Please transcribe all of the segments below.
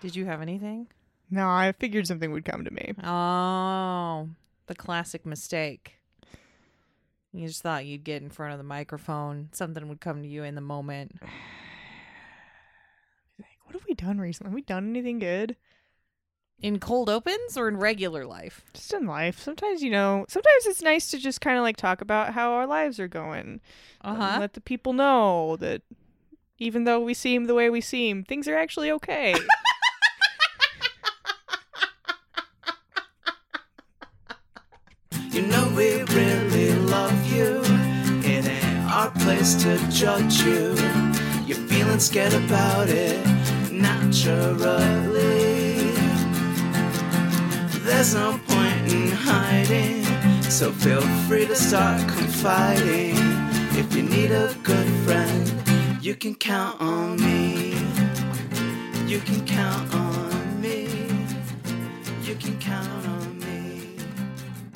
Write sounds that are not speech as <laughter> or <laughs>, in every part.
Did you have anything? No, I figured something would come to me. Oh, the classic mistake. You just thought you'd get in front of the microphone, something would come to you in the moment. Like, what have we done recently? Have we done anything good? In cold opens or in regular life? Just in life. Sometimes, you know, sometimes it's nice to just kind of like talk about how our lives are going. Uh and huh. Let the people know that even though we seem the way we seem, things are actually <laughs> okay. You know we really love you. It ain't our place to judge you. You're feeling scared about it naturally. There's no point in hiding, so feel free to start confiding. If you need a good friend, you can count on me. You can count on me. You can count on me.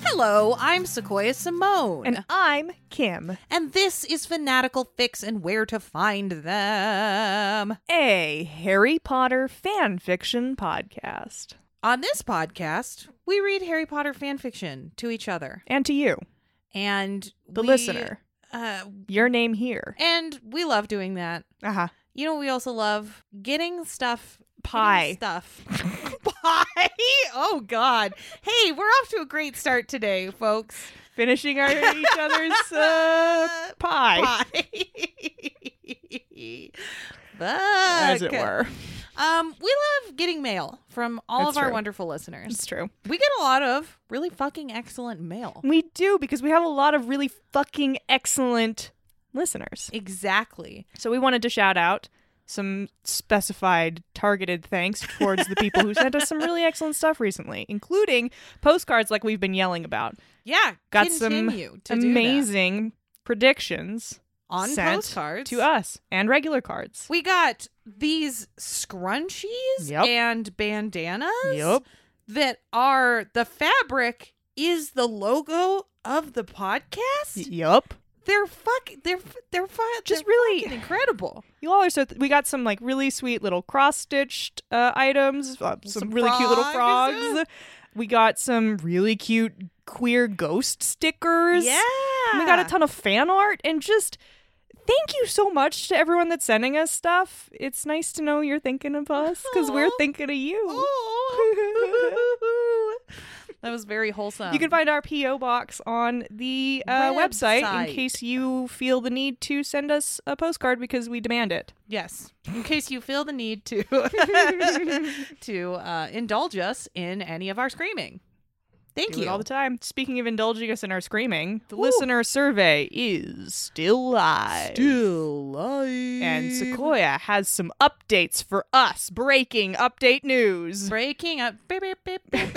Hello, I'm Sequoia Simone. and I'm Kim. and this is Fanatical Fix and Where to Find Them. a Harry Potter fan fiction podcast. On this podcast, we read Harry Potter fan fiction to each other And to you, and the we- listener, Uh, your name here. and we love doing that. Uh huh. You know, what we also love getting stuff getting Pie. <laughs> stuff. <laughs> Pie. Oh God. Hey, we're off to a great start today, folks. Finishing our each other's uh, <laughs> pie, Pie. <laughs> Fuck. as it were. Um, we love getting mail from all That's of our true. wonderful listeners. It's true. We get a lot of really fucking excellent mail. We do because we have a lot of really fucking excellent listeners. Exactly. So we wanted to shout out some specified targeted thanks towards the people who sent us some really excellent stuff recently, including postcards like we've been yelling about. Yeah. Got some continue to do that. Amazing predictions on sent postcards to us and regular cards. We got these scrunchies Yep. and bandanas that are the fabric is the logo of the podcast. Yup. They're fuck. They're f- they're fu- Just Just really- really incredible. You all are so. Th- we got some like really sweet little cross stitched uh, items, uh, some, Some really cute little frogs. frogs. We got some really cute queer ghost stickers. Yeah. And We got oh <laughs> a ton of fan art and just thank you so much to everyone that's sending us stuff. It's nice to know you're thinking of us because we're Aw. thinking of you. Oh. that was very wholesome. You can find our PO box on the uh, website Website. in case you feel the need to send us a postcard because we demand it. yes, in case you feel the need <laughs> to to uh, indulge us in any of our screaming. Thank Do it you. all the time. Speaking of indulging us in our screaming, the Woo. listener survey is still live. alive. And Sequoia has some updates for us. Breaking update news. breaking up. Beep, beep, beep, beep.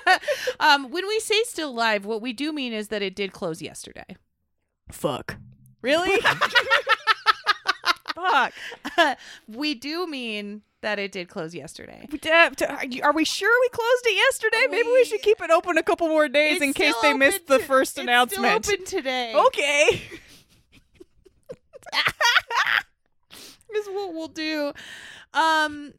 <laughs> um, when we say still live, what we do mean is that it did close yesterday. Fuck. <laughs> Really? Fuck. we do mean that it did close yesterday. We- uh, t- are you- Are we sure we closed it yesterday? Maybe we We- should keep it open a couple more days It's in case still they open missed the to- first it's announcement. Still open today. Okay. is what we'll do. Um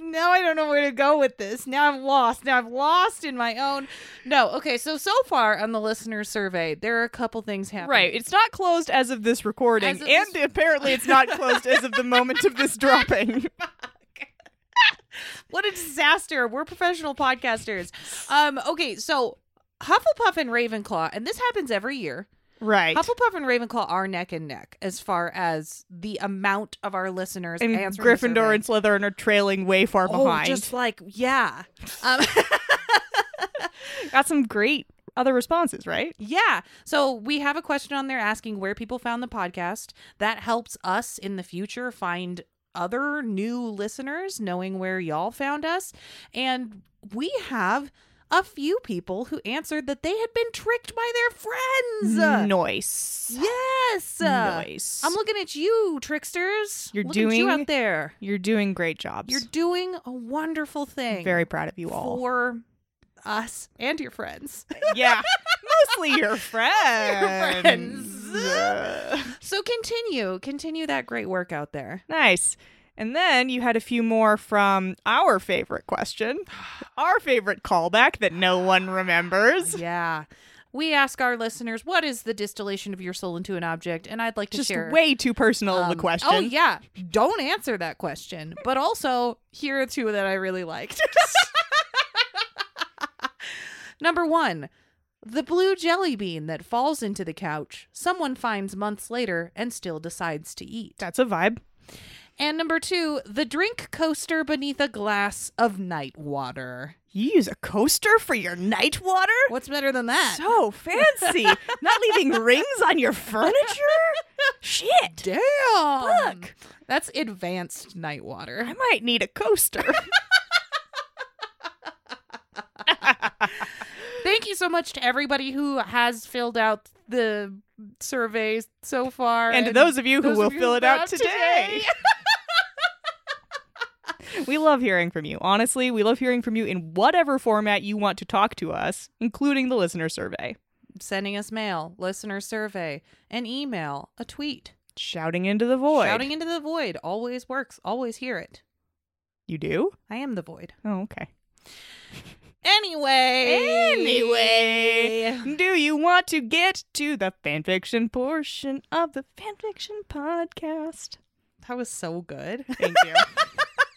now I don't know where to go with this. Now I'm lost. Now I'm lost in my own. No, okay. So so far on the listener survey, there are a couple things happening. Right. It's not closed as of this recording, As of and this- apparently it's not closed as of the moment <laughs> of this dropping. What a disaster. We're professional podcasters. Um okay, so Hufflepuff and Ravenclaw, and this happens every year. Right. Hufflepuff and Ravenclaw are neck and neck as far as the amount of our listeners and answering the survey. Gryffindor and Slytherin are trailing way far Oh, behind. just like yeah. <laughs> Um Got some great other responses, right? Yeah. So we have a question on there asking where people found the podcast. That helps us in the future find other new listeners, knowing where y'all found us. And we have a few people who answered that they had been tricked by their friends. Noise. Yes. Noise. I'm looking at you, tricksters. You're Look at you doing- out there. You're doing great jobs. You're doing a wonderful thing. very proud of you all. for us and your friends. <laughs> yeah. <laughs> Mostly your friends. <laughs> friends. So continue, continue that great work out there. nice. And then you had a few more from our <sighs> favorite question, our favorite callback that no <sighs> one remembers. Yeah. We ask our listeners, what is the distillation of your soul into an object? And I'd like to Just share. way too personal of a um, question. Oh, yeah. Don't answer that question. But also, here are two that I really liked. <laughs> Number one, the blue jelly bean that falls into the couch, someone finds months later and still decides to eat. That's a vibe. And number two, the drink coaster beneath a glass of night water. You use a coaster for your night water? What's better than that? So fancy. Not <laughs> leaving rings on your furniture? Shit. Damn. Look. That's advanced night water. I might need a coaster. Thank you so much to everybody who has filled out the surveys so far. and to those of you who those will of you fill who it out have today. <laughs> we love hearing from you. Honestly, we love hearing from you in whatever format you want to talk to us, including the listener survey. sending us mail, listener survey, an email, a tweet, Shouting into the void. shouting into the void always works. Always hear it. you do? I am the void. Oh, okay. Anyway. Anyway, do you want to get to the fanfiction portion of the fanfiction podcast? That was so <laughs> good. Thank you.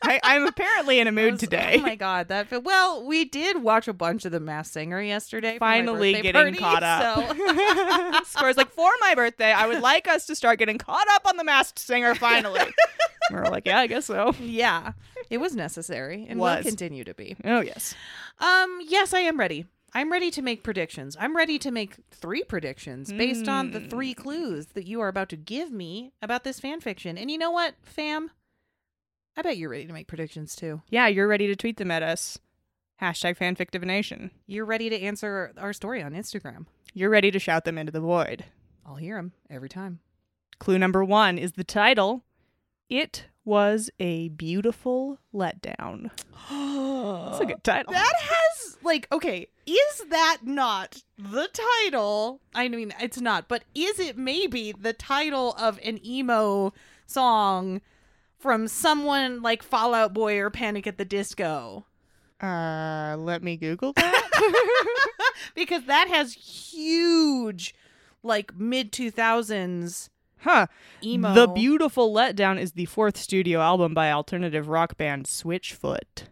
I, I'm apparently in a mood today. Oh my god, that fe- well, we did watch a bunch of the Mass Singer yesterday. for my Finally birthday getting party, caught up. <laughs> so- Score's like, for my birthday, I would like us to start getting caught up on the masked singer finally. <laughs> we are like, yeah, I guess so. yeah, it was necessary and Was. will continue to be. Oh yes. Um, yes, I am ready. I'm ready to make predictions. I'm ready to make three predictions based on the Hmm. three clues that you are about to give me about this fan fiction. And you know what, fam? I bet you're ready to make predictions too. Yeah, you're ready to tweet them at us. Hashtag fanfictivination. You're ready to answer our story on Instagram. You're ready to shout them into the void. I'll hear them every time. <gasps> Clue number one is the title. It was a beautiful letdown. That's a good title. That has like okay, is that not the title? I mean, it's not, but is it maybe the title of an emo song from someone like Fallout Boy or Panic at the Disco? <laughs> Uh, let me Google that. Because that has huge like mid 2000s <laughs> huh. emo. The Beautiful Letdown is the fourth studio album by alternative rock band Switchfoot,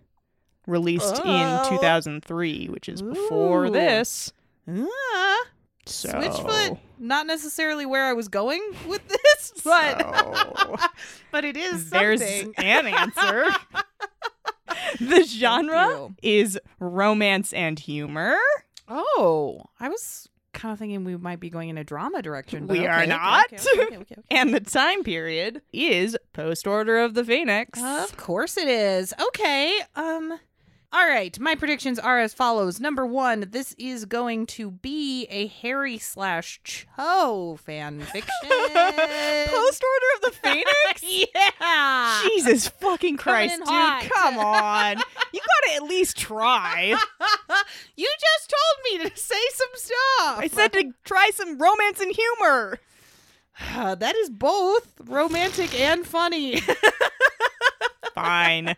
released Oh. in 2003, which is before Ooh. this. Ah, So, Switchfoot, not necessarily where I was going with this, <laughs> but so <laughs> but it <laughs> is there's something. <laughs> an answer. the genre you. is romance and humor. Oh, I was kind of thinking we might be going in a drama direction. but We okay, are okay, not. okay, okay, okay, okay, <laughs> okay. And the time period is post order of the Phoenix. Of course it is. Okay. Um. All right. My predictions are as follows. Number one, this is going to be a Harry slash Cho <laughs> fan fiction. post order of the <laughs> Phoenix? yeah. Jesus fucking Coming Christ, in dude. hot. <laughs> Come on. You gotta at least try. you just told me to say some stuff. <laughs> I said to try some romance and humor. Uh, <sighs> that is both romantic and funny. <laughs> Fine.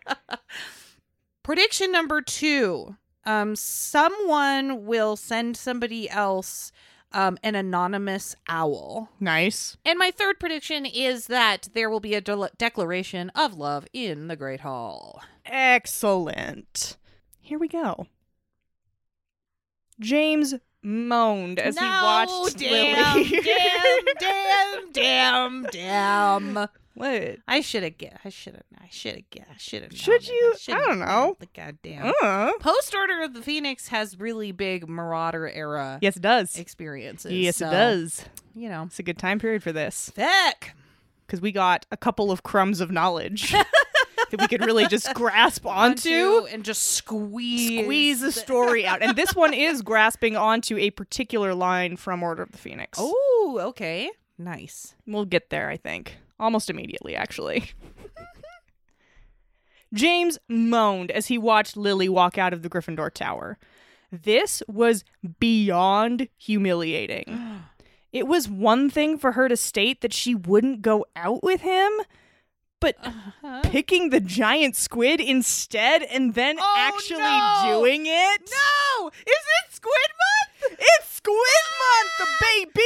Prediction number two. Um, someone will send somebody else um, an anonymous owl. Nice. And my third prediction is that there will be a del- declaration of love in the Great Hall. Excellent. Here we go. James moaned as he watched damn, Lily. damn, damn, damn, damn. <laughs> what? I should have get. I should have. I should have get. I should have. Should you? I don't know. The goddamn. Uh. Post Order of the Phoenix has really big Marauder era Yes, it does. experiences. Yes, so, it does. You know, It's a good time period for this thick. because we got a couple of crumbs of <laughs> knowledge that we could really just grasp onto. onto and just squeeze squeeze the story out. And this <laughs> one is grasping onto a particular line from Order of the Phoenix. Oh, okay. Nice. We'll get there, I think. Almost immediately, actually. <laughs> James moaned as he watched Lily walk out of the Gryffindor Tower. This was beyond humiliating. <gasps> It was one thing for her to state that she wouldn't go out with him, but Uh-huh. picking the giant squid instead and then Oh, actually no! doing it. No! Is it Squid Month? It's Squid Month, baby!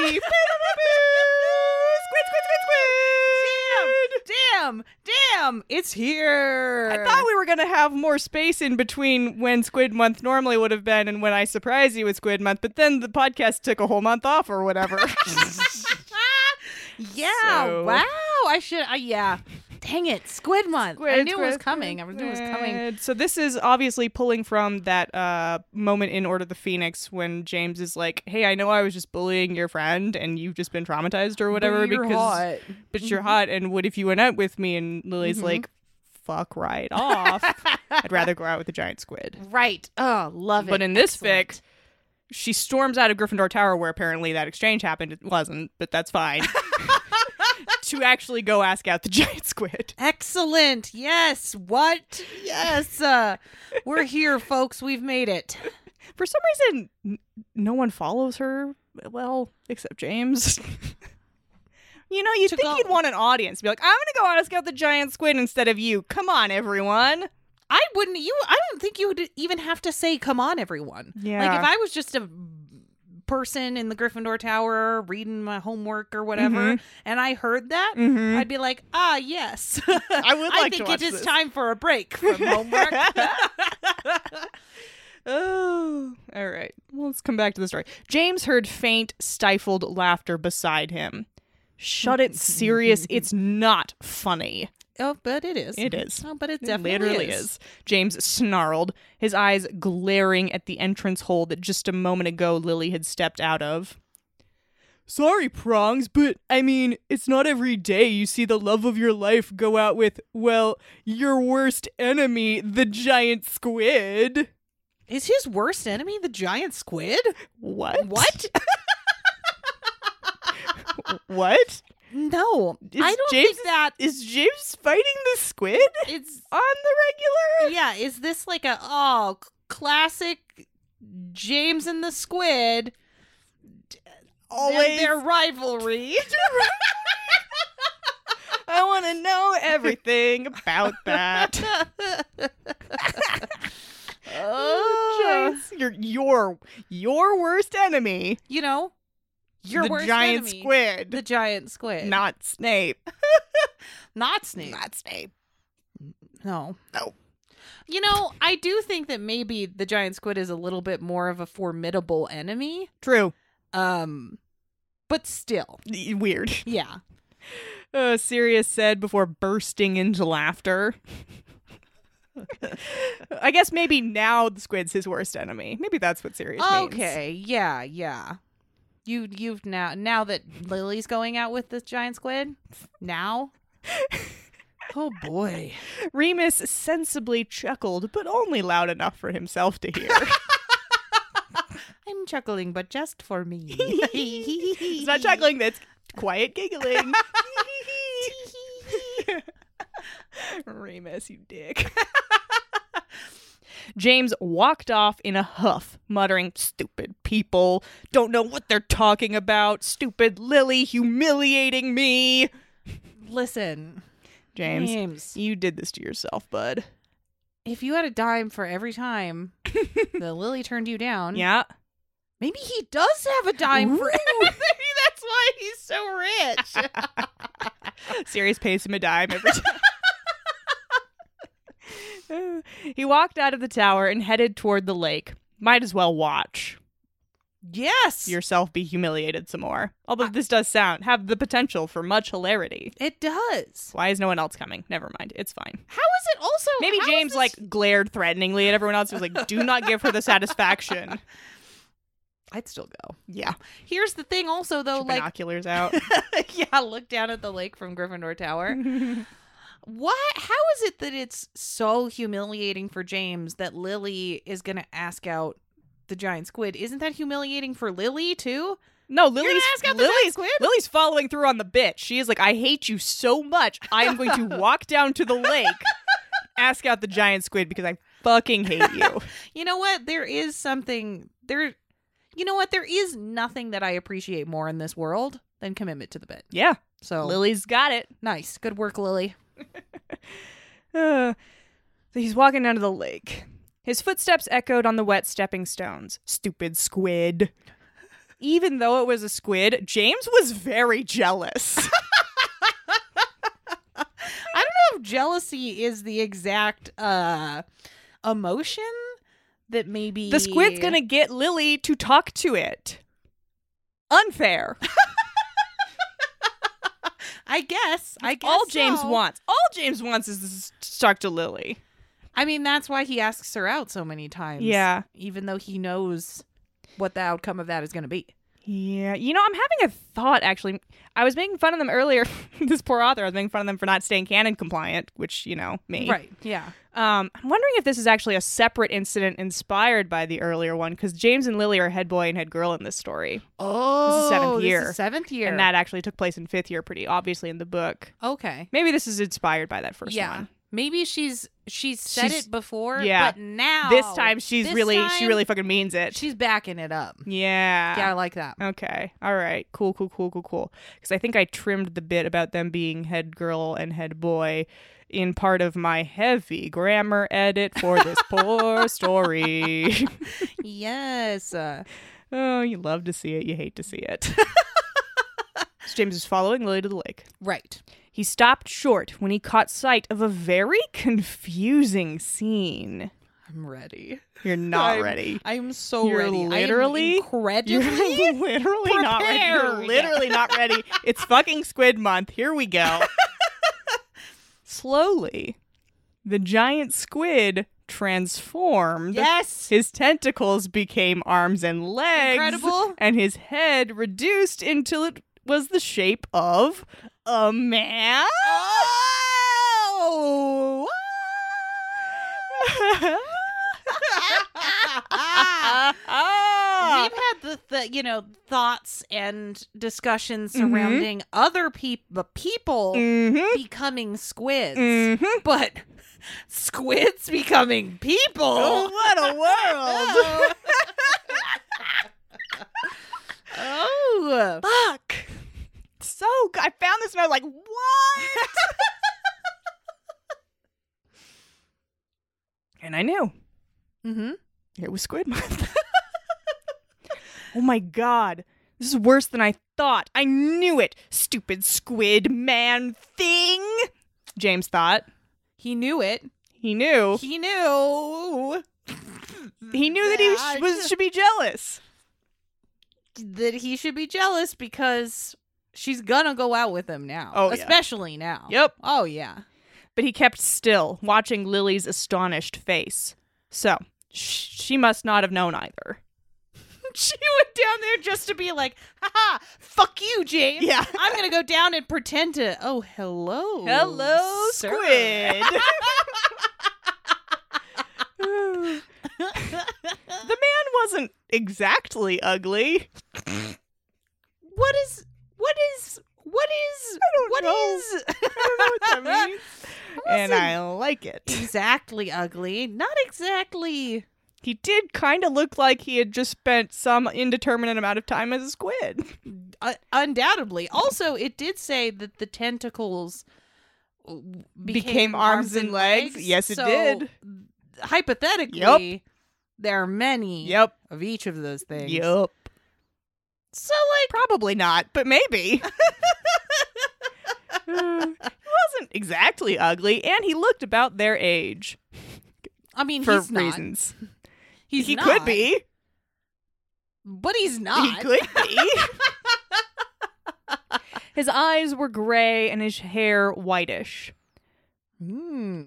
squid, squid, squid, squid! Damn! Damn! It's here! I thought we were gonna have more space in between when Squid Month normally would have been and when I surprise you with Squid Month, but then the podcast took a whole month off <laughs> or whatever. <laughs> Yeah! So- Wow! I should. I yeah. Dang it! Squid Month. I Squid, knew it squid, was coming. I knew it was coming. Squid. So this is obviously pulling from that uh, moment in Order of the Phoenix when James is like, "Hey, I know I was just bullying your friend, and you've just been traumatized or whatever You're because hot. but you're Mm-hmm. hot, and what if you went out with me?" And Lily's like, "Fuck right off. I'd rather go out with a giant squid." Right. Oh, love it. But in this Excellent. fic, she storms out of Gryffindor Tower where apparently that exchange happened. It wasn't, but <laughs> that's fine. to actually go ask out the giant squid. Excellent. Yes. What? Yes. Uh, we're here, folks. We've made it. For some reason, n- no one follows her. Well, except James. you know, you'd To think go- you'd want an audience. to Be like, I'm going to go ask out the giant squid instead of you. Come on, everyone. I wouldn't. You. I don't think you would even have to say, "Come on, everyone." Like Yeah. if I was just a person in the Gryffindor Tower reading my homework or whatever, Mm-hmm. and I heard that, Mhm. I'd be like, "Ah, yes." I would <laughs> I like to think watch it is this. time for a break from <laughs> homework. Oh, all right. Well, let's come back to the story. James heard faint, stifled laughter beside him. Shut it, <laughs> serious. It's not funny. oh, but it is. It is. Oh, but it It definitely literally is. James snarled, his eyes glaring at the entrance hole that just a moment ago Lily had stepped out of. Sorry, prongs, but I mean, it's not every day you see the love of your life go out with, well, your worst enemy, the giant squid. Is his worst enemy the giant squid? What? <laughs> What? what? No, Is I don't James- think that Is James fighting the squid it's. on the regular? Yeah, is this like a oh c- classic James and the Squid? and Always. their rivalry. <laughs> I want to know everything <laughs> about that. oh, James, your your your worst enemy, you know, your the worst giant enemy, squid, the giant squid, not Snape. not Snape. Not Snape. No. No. You know, I do think that maybe the giant squid is a little bit more of a formidable enemy. True. Um but still. Y- Weird. Yeah. Uh, Sirius said before bursting into <laughs> laughter. I guess maybe now the squid's his worst enemy. Maybe that's what Sirius means. okay. Yeah, yeah. You you've now now that Lily's going out with this giant squid? Now? <laughs> oh boy. Remus sensibly chuckled, but only loud enough for himself to hear. I'm chuckling but just for <laughs> me. it's not chuckling, that's quiet giggling. Remus, you dick. James walked off in a huff, muttering, Stupid people, don't know what they're talking about. Stupid Lily humiliating me. Listen, James, James, you did this to yourself, bud. if you had a dime for every <laughs> time that Lily turned you down, Yeah. Maybe he does have a dime for Ooh. everything. That's why he's so rich. Sirius pays him a dime every time. <laughs> he walked out of the tower and headed toward the lake. Might as well watch <laughs> yes. yourself be humiliated some more. Although this does sound have the potential for much hilarity. it does. Why is no one else coming? Never mind. It's fine. How is it also Maybe how is James this- like glared threateningly at everyone else. He was like, "Do not give her <laughs> the satisfaction." I'd still go. Yeah, Here's the thing also though, Put like <laughs> binoculars out. yeah, look down at the lake from Gryffindor <laughs> Tower. What how is it that it's so humiliating for James that Lily is gonna ask out the giant squid? Isn't that humiliating for Lily too? No, Lily's ask out the giant Lily's, squid? Lily's following through on the bit. She is like, I hate you so much. I am going to <laughs> walk down to the lake, ask out the giant squid because I fucking hate <laughs> you. You know what? There is something there you know what? There is nothing that I appreciate more in this world then commitment to the bit. Yeah. So Lily's got it. nice. Good work, Lily. Uh, so he's walking down to the lake. His footsteps echoed on the wet stepping stones. Stupid squid. Even though it was a squid, James was <laughs> very jealous. I don't know if jealousy is the exact uh emotion that maybe the squid's gonna get Lily to talk to it. Unfair. I guess. I guess All James so. wants. All James wants is to s- to talk to Lily. I mean, that's why he asks her out so many times. Yeah. Even though he knows what the outcome of that is going to be. Yeah, you know, I'm having a thought actually. I was making fun of them earlier. <laughs> this poor author, I was making fun of them for not staying canon compliant, which, you know, me. Right. Yeah. Um, I'm wondering if this is actually a separate incident inspired by the earlier one because James and Lily are head boy and head girl in this story, Oh, seventh this is year. seventh year. and that actually took place in fifth year, pretty obviously in the book. okay. Maybe this is inspired by that first yeah. one. Maybe she's she's said She's- it before. yeah. But now This time she's Oh, this really, she time, really fucking means it. she's backing it up. yeah. Yeah, I like that. Okay. All right. Cool, cool, cool, cool, cool. Because I think I trimmed the bit about them being head girl and head boy in part of my heavy grammar edit for this poor story. <laughs> yes. Uh, oh, you love to see it. You hate to see it. <laughs> So James is following Lily to the lake. right. He stopped short when he caught sight of a very <laughs> confusing scene. I'm ready. You're not I'm- ready. I'm so You're ready. literally- I am You're incredibly. <laughs> literally not ready. You're prepared. literally not ready. It's fucking squid month. Here <laughs> we go. Slowly, the giant squid transformed. yes. His tentacles became arms and legs. <laughs> Incredible. <laughs> And his head reduced until it was the shape of a man. <laughs> Oh. We've had the, the you know thoughts and discussions Mhm. surrounding other people, the people hmm becoming squids, hmm but squids becoming people. <laughs> Oh, what a world! Oh. Oh. <laughs> Fuck. So g- I found this and I was like, what? and I knew Mm-hmm. it was Squid Month. oh my god. This is worse than I thought. I knew it. Stupid squid man thing. James thought. He knew it. He knew. He knew Oh. He knew that he sh- was, should be jealous. that he should be jealous because she's gonna go out with him now. Oh, yeah. especially now. Yep. Oh yeah. But he kept still, watching Lily's astonished face. So, sh- she must not have known either. <laughs> she went down there just to be like, haha, fuck you, James. Yeah. <laughs> I'm gonna go down and pretend to oh hello. Hello, sir." squid. <laughs> the man wasn't exactly ugly. What is what is what is don't what know. is- I don't know what <laughs> that means. and wasn't- I like it. exactly ugly. Not exactly He did kind of look like he had just spent some indeterminate amount of time as a squid. uh, undoubtedly. Also, it did say that the tentacles uh, became, Became arms and legs. Yes, it So, did. Hypothetically, there are many Yep. of each of those things. Yep. So, like, Probably not, <laughs> but maybe. <laughs> he wasn't exactly ugly, and he looked about their age I mean, for he's not. reasons. He's he not, could be. but he's not. He could <laughs> be. his eyes were gray and his hair whitish. Hmm.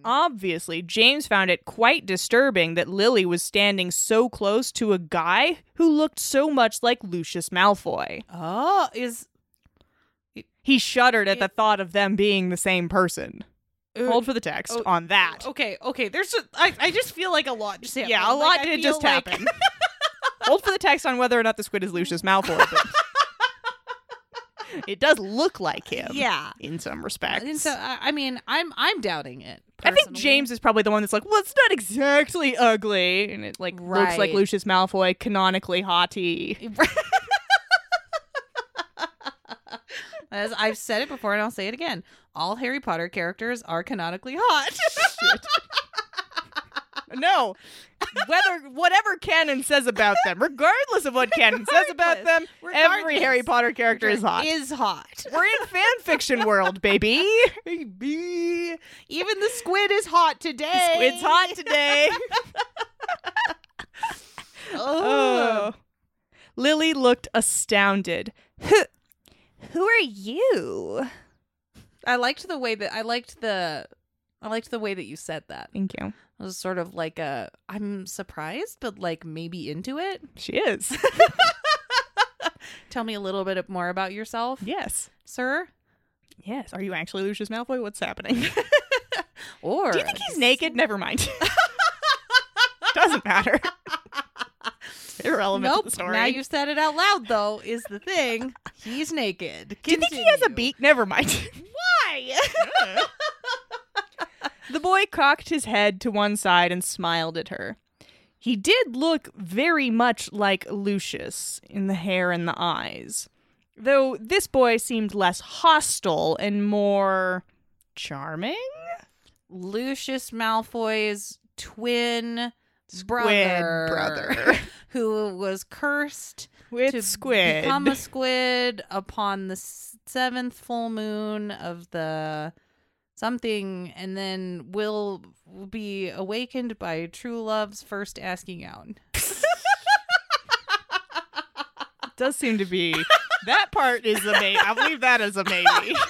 Uh, Obviously, James found it quite disturbing that Lily was standing so close to a guy who looked so much like Lucius Malfoy. Oh, is He shuddered at the thought of them being the same person. Hold for the text oh, on that. okay. Okay, there's. Just, I I just feel like a lot just happened. Yeah, a lot Like, I did feel just like- <laughs> happen. <laughs> Hold for the text on whether or not the squid is Lucius Malfoy. <laughs> But it does look like him. Yeah. In some respects. And so, I, I mean, I'm I'm doubting it. I think personally. James is probably the one that's like, well, it's not exactly ugly, and it like looks like Right. <laughs> Lucius Malfoy, canonically haughty. <laughs> As I've said it before and I'll say it again. All Harry Potter characters are canonically hot. <laughs> No. Whether whatever canon says about them, regardless of what canon says about them, Regardless. every Harry Regardless. Potter character is hot. Is hot. <laughs> We're in fan fiction world, baby. Baby. Even the squid is hot today. It's hot <laughs> today. Oh. Oh. Lily looked astounded. Who are you? I liked the way that I liked the I liked the way that you said that. Thank you. It was sort of like a I'm surprised, but like maybe into it. She <laughs> is. Tell me a little bit more about yourself, yes. sir. Yes. Are you actually Lucius Malfoy? What's happening? <laughs> Do Or you think he's naked? Never <laughs> mind. Doesn't <laughs> matter. Irrelevant to Nope. the story. Now you said it out loud, though. Is the thing he's naked? Do you think he has a Continue. beak? Never mind. <laughs> Why? the boy cocked his head to one side and smiled at her. He did look very much like Lucius in the hair and the eyes, though this boy seemed less hostile and more charming. Lucius Malfoy's twin brother, Squid brother. <laughs> who was cursed <laughs> With to squid. become a squid upon the s- seventh full moon of the something, and then will be awakened by true love's first asking out. <laughs> does seem to be <laughs> that part is a maybe. I believe that is a maybe. <laughs>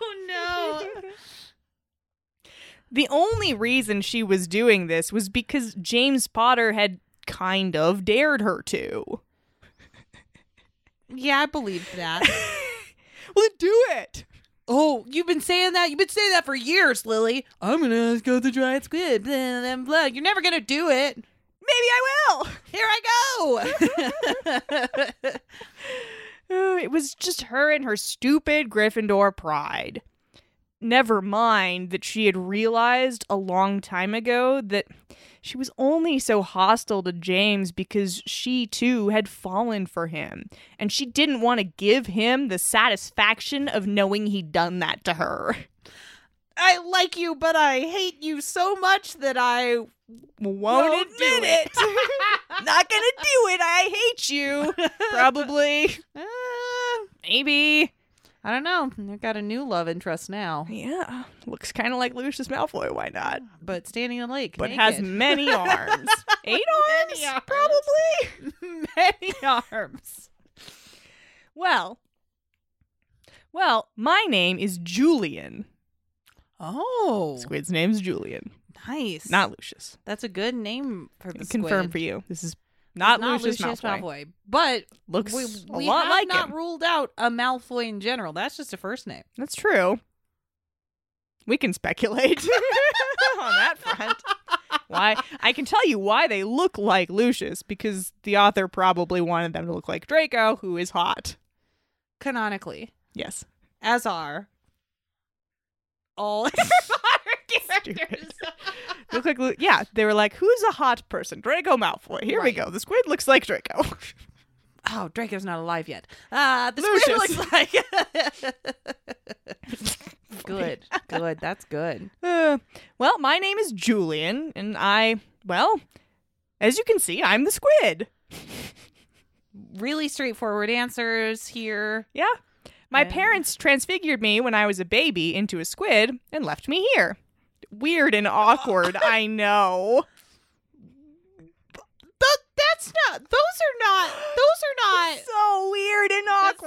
Oh no! <laughs> The only reason she was doing this was because James Potter had kind of dared her to. <laughs> yeah, I believe that. Well, do it. <laughs> Oh, you've been saying that. You've been saying that for years, Lily. I'm gonna ask out the giant squid. Blah, blah, blah. You're never gonna do it. Maybe I will. Here I <laughs> go. Oh, it was just her and her stupid Gryffindor pride. Never mind that she had realized a long time ago that she was only so hostile to James because she too had fallen for him, and she didn't want to give him the satisfaction of knowing he'd done that to her. I like you, but I hate you so much that I won't, Won't do admit it. <laughs> Not gonna do it. I hate you. <laughs> Probably. Uh, Maybe. I don't know. I've got a new love interest now, Yeah. Looks kind of like Lucius Malfoy. Why not? but standing in the lake, but naked. <laughs> has <laughs> many arms. Eight arms, Many arms. probably. <laughs> many arms. Well, well, my name is Julian. Oh, Squid's name's Julian, nice. not Lucius. that's a good name for the Confirm squid. for you. This is not, not Lucius, Lucius, Malfoy. Malfoy. but Looks we, a we lot have like not him. ruled out a Malfoy in general. That's just a first name. That's true. We can speculate <laughs> on that front. Why? I can tell you why they look like Lucius because the author probably wanted them to look like Draco, who is hot. Canonically, Yes. as <laughs> are <laughs> all Harry Potter characters. They look like Lu- yeah they were like who's a hot person draco malfoy here we Right. go the squid looks like draco <laughs> oh, Draco's not alive yet. Uh, the squid Lucius. looks like. <laughs> <laughs> good, good. That's good. Uh, well my name is julian and i well as you can see i'm the squid Really straightforward answers here. yeah my Yeah. parents transfigured me when i was a baby into a squid and left me here weird <laughs> and awkward i know Th- that's not. Those are not. Those are not. so weird <laughs> and That's so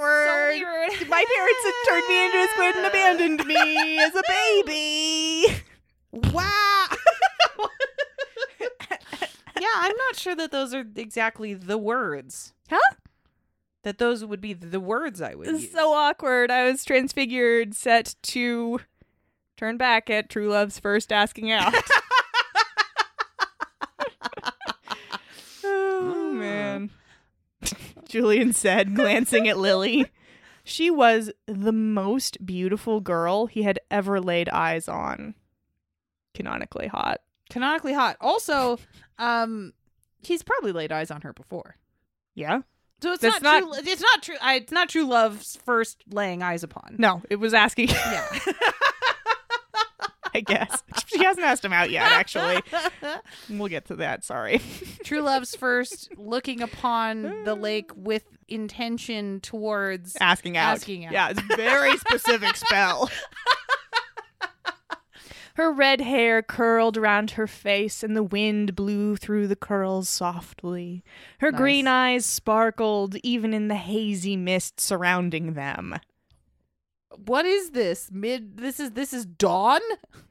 <laughs> awkward weird. my parents had turned me into a squid and <laughs> abandoned me as a baby Wow. yeah, I'm not sure that those are exactly the words. Huh? That those would be the words I would This is use. so awkward. I was transfigured, set to turn back at true love's first asking <laughs> out. oh man. <laughs> Julian said, glancing at Lily. She was the most beautiful girl he had ever laid eyes on. Canonically hot. canonically hot. Also, um, he's probably laid eyes on her before. Yeah. So it's That's not, true. It's not true. I, it's not true love's first laying eyes upon. No, it was asking. <laughs> Yeah. I guess she hasn't asked him out yet. <laughs> Actually, we'll get to that. Sorry. True love's first looking upon the lake with intention towards. asking out. Asking out. Yeah, it's a very specific spell. <laughs> Her red hair curled around her face, and the wind blew through the curls softly. Her Nice. green eyes sparkled even in the hazy mist surrounding them. What is this? Mid. This is this is dawn. <laughs>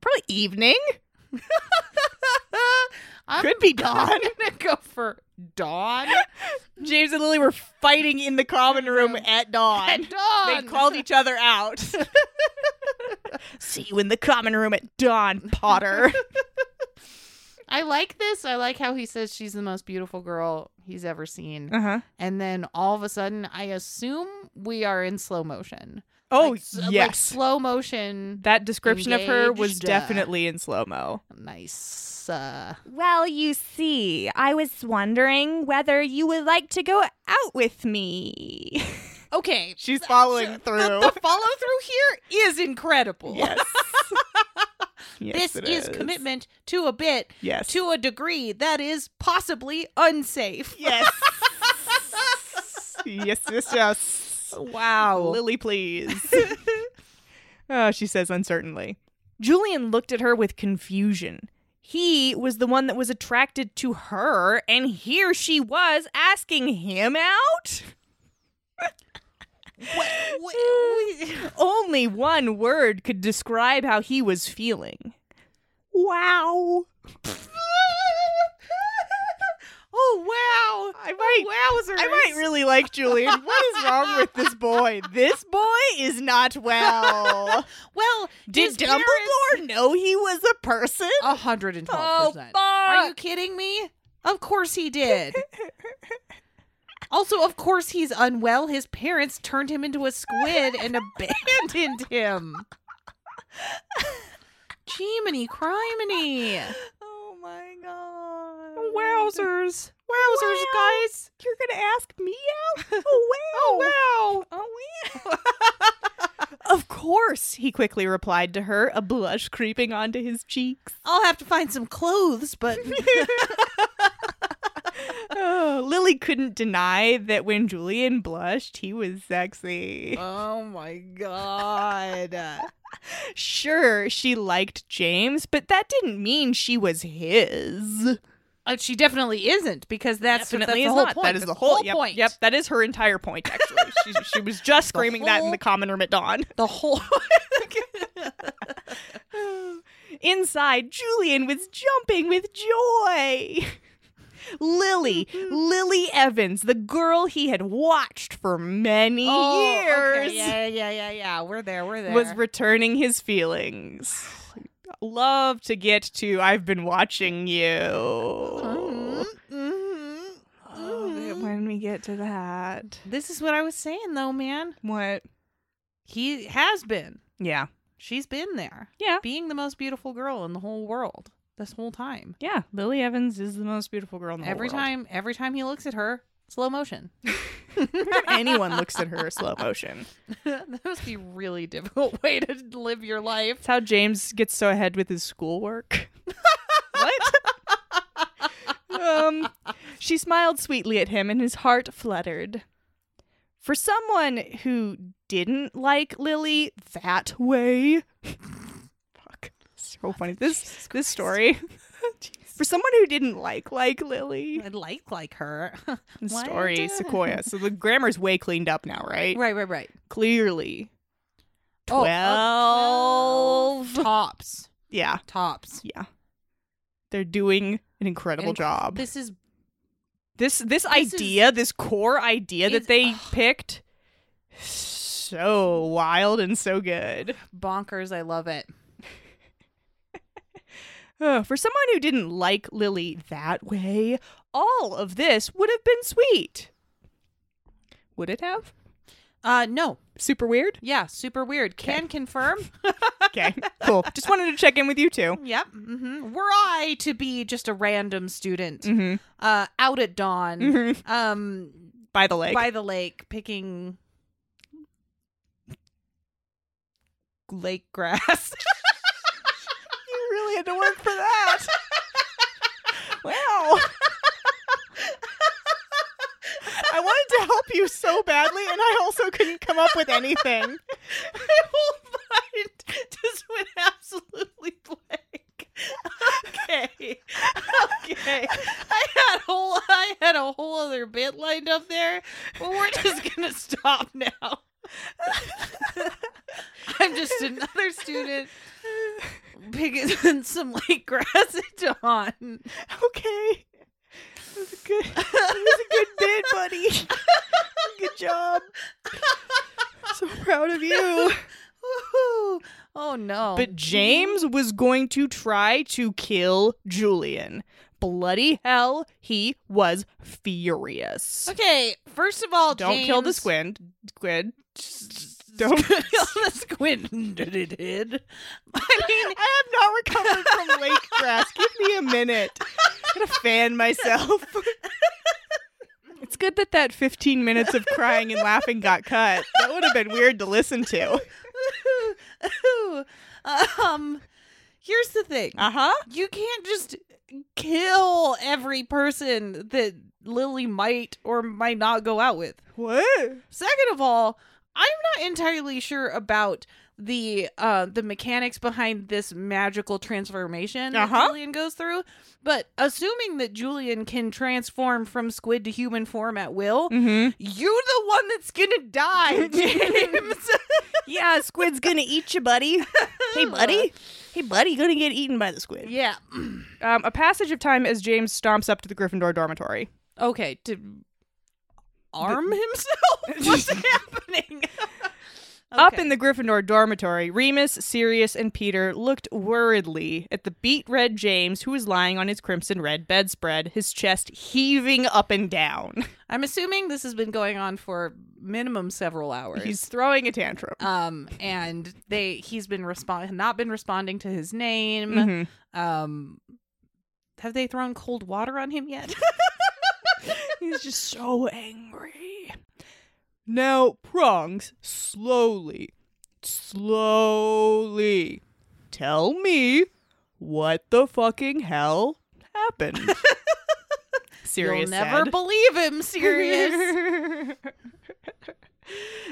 Probably evening. I'm Could be dawn. gonna go for dawn. <laughs> James and Lily were fighting in the common room at dawn. At dawn. They called each other <laughs> out. See you in the common room at dawn, <laughs> Potter. I like this. I like how he says she's the most beautiful girl he's ever seen. uh huh. And then all of a sudden, I assume we are in slow motion. Oh Like, s- like, yes, slow motion. that description of her was Engaged, uh, definitely in slow mo. Nice. Uh, Well, you see, I was wondering whether you would like to go out with me. okay. She's following The, through. follow through here is incredible. <laughs> <laughs> yes. yes, this it is commitment to a bit, Yes. to a degree that is possibly unsafe. <laughs> yes. yes. Yes. Yes. Wow. Lily, <laughs> please. oh, she says uncertainly. Julian looked at her with confusion. He was the one that was attracted to her, and here she was asking him out? <laughs> Only one word could describe how he was feeling. <laughs> Wow. oh wow. I might Wowzers. I might really like Julian. What is wrong with this boy? This boy is <laughs> not well. Well, Did his Dumbledore <laughs> know he was a person? A hundred and Oh, twelve percent. fuck. Are you kidding me? Of course he <laughs> did. also, of course he's unwell. His parents turned him into a squid and abandoned him. Jiminy criminy! Oh my god. Wowzers! Wowzers, Wow. guys! You're gonna ask me <laughs> out? Oh wow. Oh wow! Oh wow. <laughs> of course, he quickly replied to her, a blush creeping onto his <sighs> cheeks. I'll have to find some clothes, but <laughs> Oh, Lily couldn't deny that when Julian blushed, he was sexy. oh my god! Sure, she liked James, but that didn't mean she was his. <laughs> Uh, she definitely isn't because that's Definitely that's the is whole not. point. That is the That's whole, yep, point. Yep, that is her entire point. Actually, <laughs> she, she was just screaming that in whole- the common room at dawn. The <laughs> whole. Inside, Julian was jumping with joy. <laughs> Lily, Mm-hmm. Lily Evans, the girl he had watched for many years, Oh, Okay. Yeah, yeah, yeah, yeah. We're there. We're there. was returning <sighs> his feelings. Love to get to I've been watching you. Mm-hmm, Oh, when we get to that. this is what I was saying, though, man. What? He has been. Yeah. She's been there. Yeah. Being the most beautiful girl in the whole world this whole time. Yeah. Lily Evans is the most beautiful girl in the Every whole <laughs> world. time, every time he looks at her, slow motion. anyone looks at her slow motion. <laughs> that must be a really <laughs> difficult way to live your life. It's how James gets so ahead with his schoolwork. <laughs> what? um, she smiled sweetly at him, and his heart fluttered. For someone who didn't like Lily that way, fuck, so funny. This <laughs> this story. <laughs> For someone who didn't like like Lily, I like like her. <laughs> this What? story Sequoia. So the grammar's way cleaned up now, right? right, right, right. Clearly, Oh, uh, twelve. Tops, yeah. tops. Yeah. They're doing an incredible An inc- job. This is This this, is- idea, this core idea that It's- they ugh. picked so wild and so good. bonkers. I love it. Ugh, for someone who didn't like Lily that way, all of this would have been sweet. Would it have? Uh, no, Super weird? Yeah, super weird. Can <laughs> confirm. Okay, cool. Just wanted to check in with you two. yep. hmm Were I to be just a random student Mm-hmm. uh, out at dawn, um, by the lake. by the lake picking lake grass. <laughs> you really had to work for that. wow. I wanted to help you so badly, and I also couldn't come up with anything. My whole mind just went absolutely blank. Okay, okay. <laughs> I had whole I had a whole other bit lined up there, but <laughs> we're just gonna stop now. <laughs> I'm just another student picking <laughs> some lake grass at dawn. Okay. That was a good, that was a good bid, buddy. good job. So proud of you. Woohoo. Oh no! But James was going to try to kill Julian. Bloody hell, he was furious. okay, first of all, Don't kill the James- <laughs> squid. Squid. Don't. kill <laughs> the squid. <laughs> Did it did. I mean, <laughs> I have not recovered from lake grass. Give me a minute. I'm gonna <laughs> fan myself. it's good that that 15 minutes of crying and laughing got cut. That would have been weird to listen to. um, here's the thing: Uh huh. you can't just kill every person that Lily might or might not go out with. What? Second of all, I'm not entirely sure about the uh the mechanics behind this magical transformation Uh-huh. that Julian goes through, but assuming that Julian can transform from squid to human form at will, Mm-hmm. you're the one that's gonna die, James. <laughs> Yeah, squid's gonna eat you, buddy. <laughs> Hey, buddy. Hey, buddy, gonna get eaten by the squid. yeah. Um, a passage of time as James stomps up to the Gryffindor dormitory. <laughs> Okay, to arm himself? <laughs> What's happening? <laughs> Up in the Gryffindor dormitory, Remus, Sirius, and Peter looked worriedly at the beet red James who was lying on his crimson red bedspread, his chest heaving up and down. <laughs> I'm assuming this has been going on for minimum several hours. He's throwing a tantrum. um and they he's been respond not been responding to his name. Mhm. Um have they thrown cold water on him <laughs> yet? He's just so angry. Now, Prongs, slowly, slowly tell me what the fucking hell <laughs> happened. You'll Sirius never said. believe him, serious. <laughs>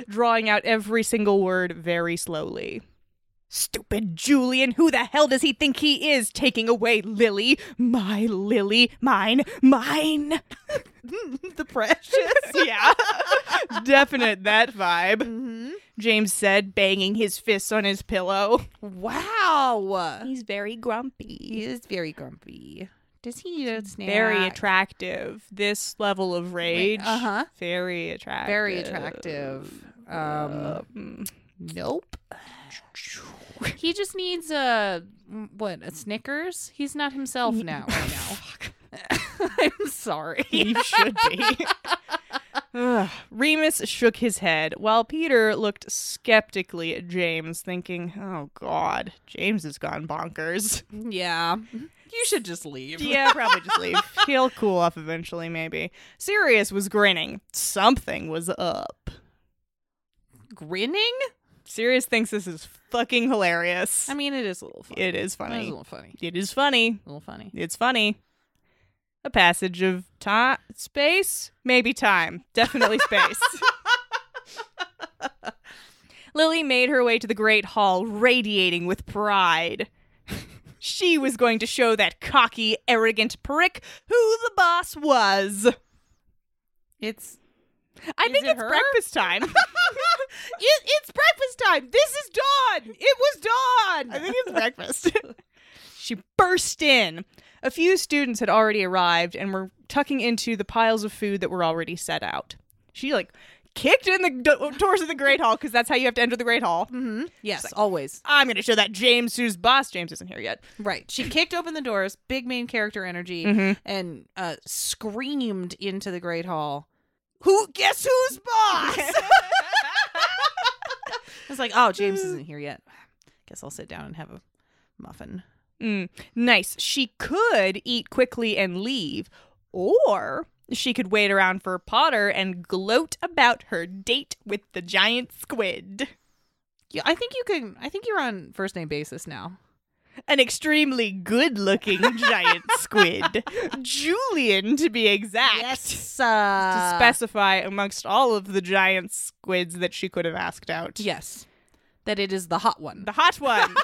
Drawing out every single word very slowly. Stupid Julian, who the hell does he think he is taking away Lily? My Lily, mine, mine. the precious. <laughs> yeah. Definite that vibe, Mhm. James said, banging his fists on his pillow. Wow. He's very grumpy. He is very grumpy. Does he need a snack? Very attractive. This level of rage. uh-huh. Very attractive. Very attractive. Um, Um, <laughs> nope. He just needs a mm, what? A Snickers? He's not himself now. <laughs> Right now. I'm sorry. You should be. Ugh. Remus shook his head while Peter looked skeptically at James, thinking, oh god, James has gone bonkers. yeah. You should just leave. <laughs> yeah, probably just leave. He'll cool off eventually, maybe. Sirius was grinning. Something was up. Grinning? Sirius thinks this is fucking hilarious. I mean, it is a little funny. it is It is a funny. little funny. It is funny. A little funny. It's funny. A passage of time, space, maybe time, definitely space. Lily made her way to the Great Hall, radiating with pride. she was going to show that cocky, arrogant prick who the boss was. It's I Is think it it's her? breakfast <laughs> time. it's breakfast time. This is dawn. It was dawn. I think it's breakfast. <laughs> she burst in. A few students had already arrived and were tucking into the piles of food that were already set out. She like kicked in the do- doors of the great hall because that's how you have to enter the great hall. mm-hmm. yes, always I'm going to show that James, who's boss, James isn't here yet. right. She kicked open the doors, big main character energy, and uh, screamed into the great hall. Who? Guess who's <laughs> boss? It's like, oh, James isn't here yet. <sighs> Guess I'll sit down and have a muffin. Mm, nice. She could eat quickly and leave, or She could wait around for Potter and gloat about her date with the giant squid. Yeah, I think you can. I think you're on first name basis now. An extremely good looking giant squid. Julian, to be exact. To uh, specify amongst all of the giant squids that she could have asked out. yes, that it is the hot one. The hot one,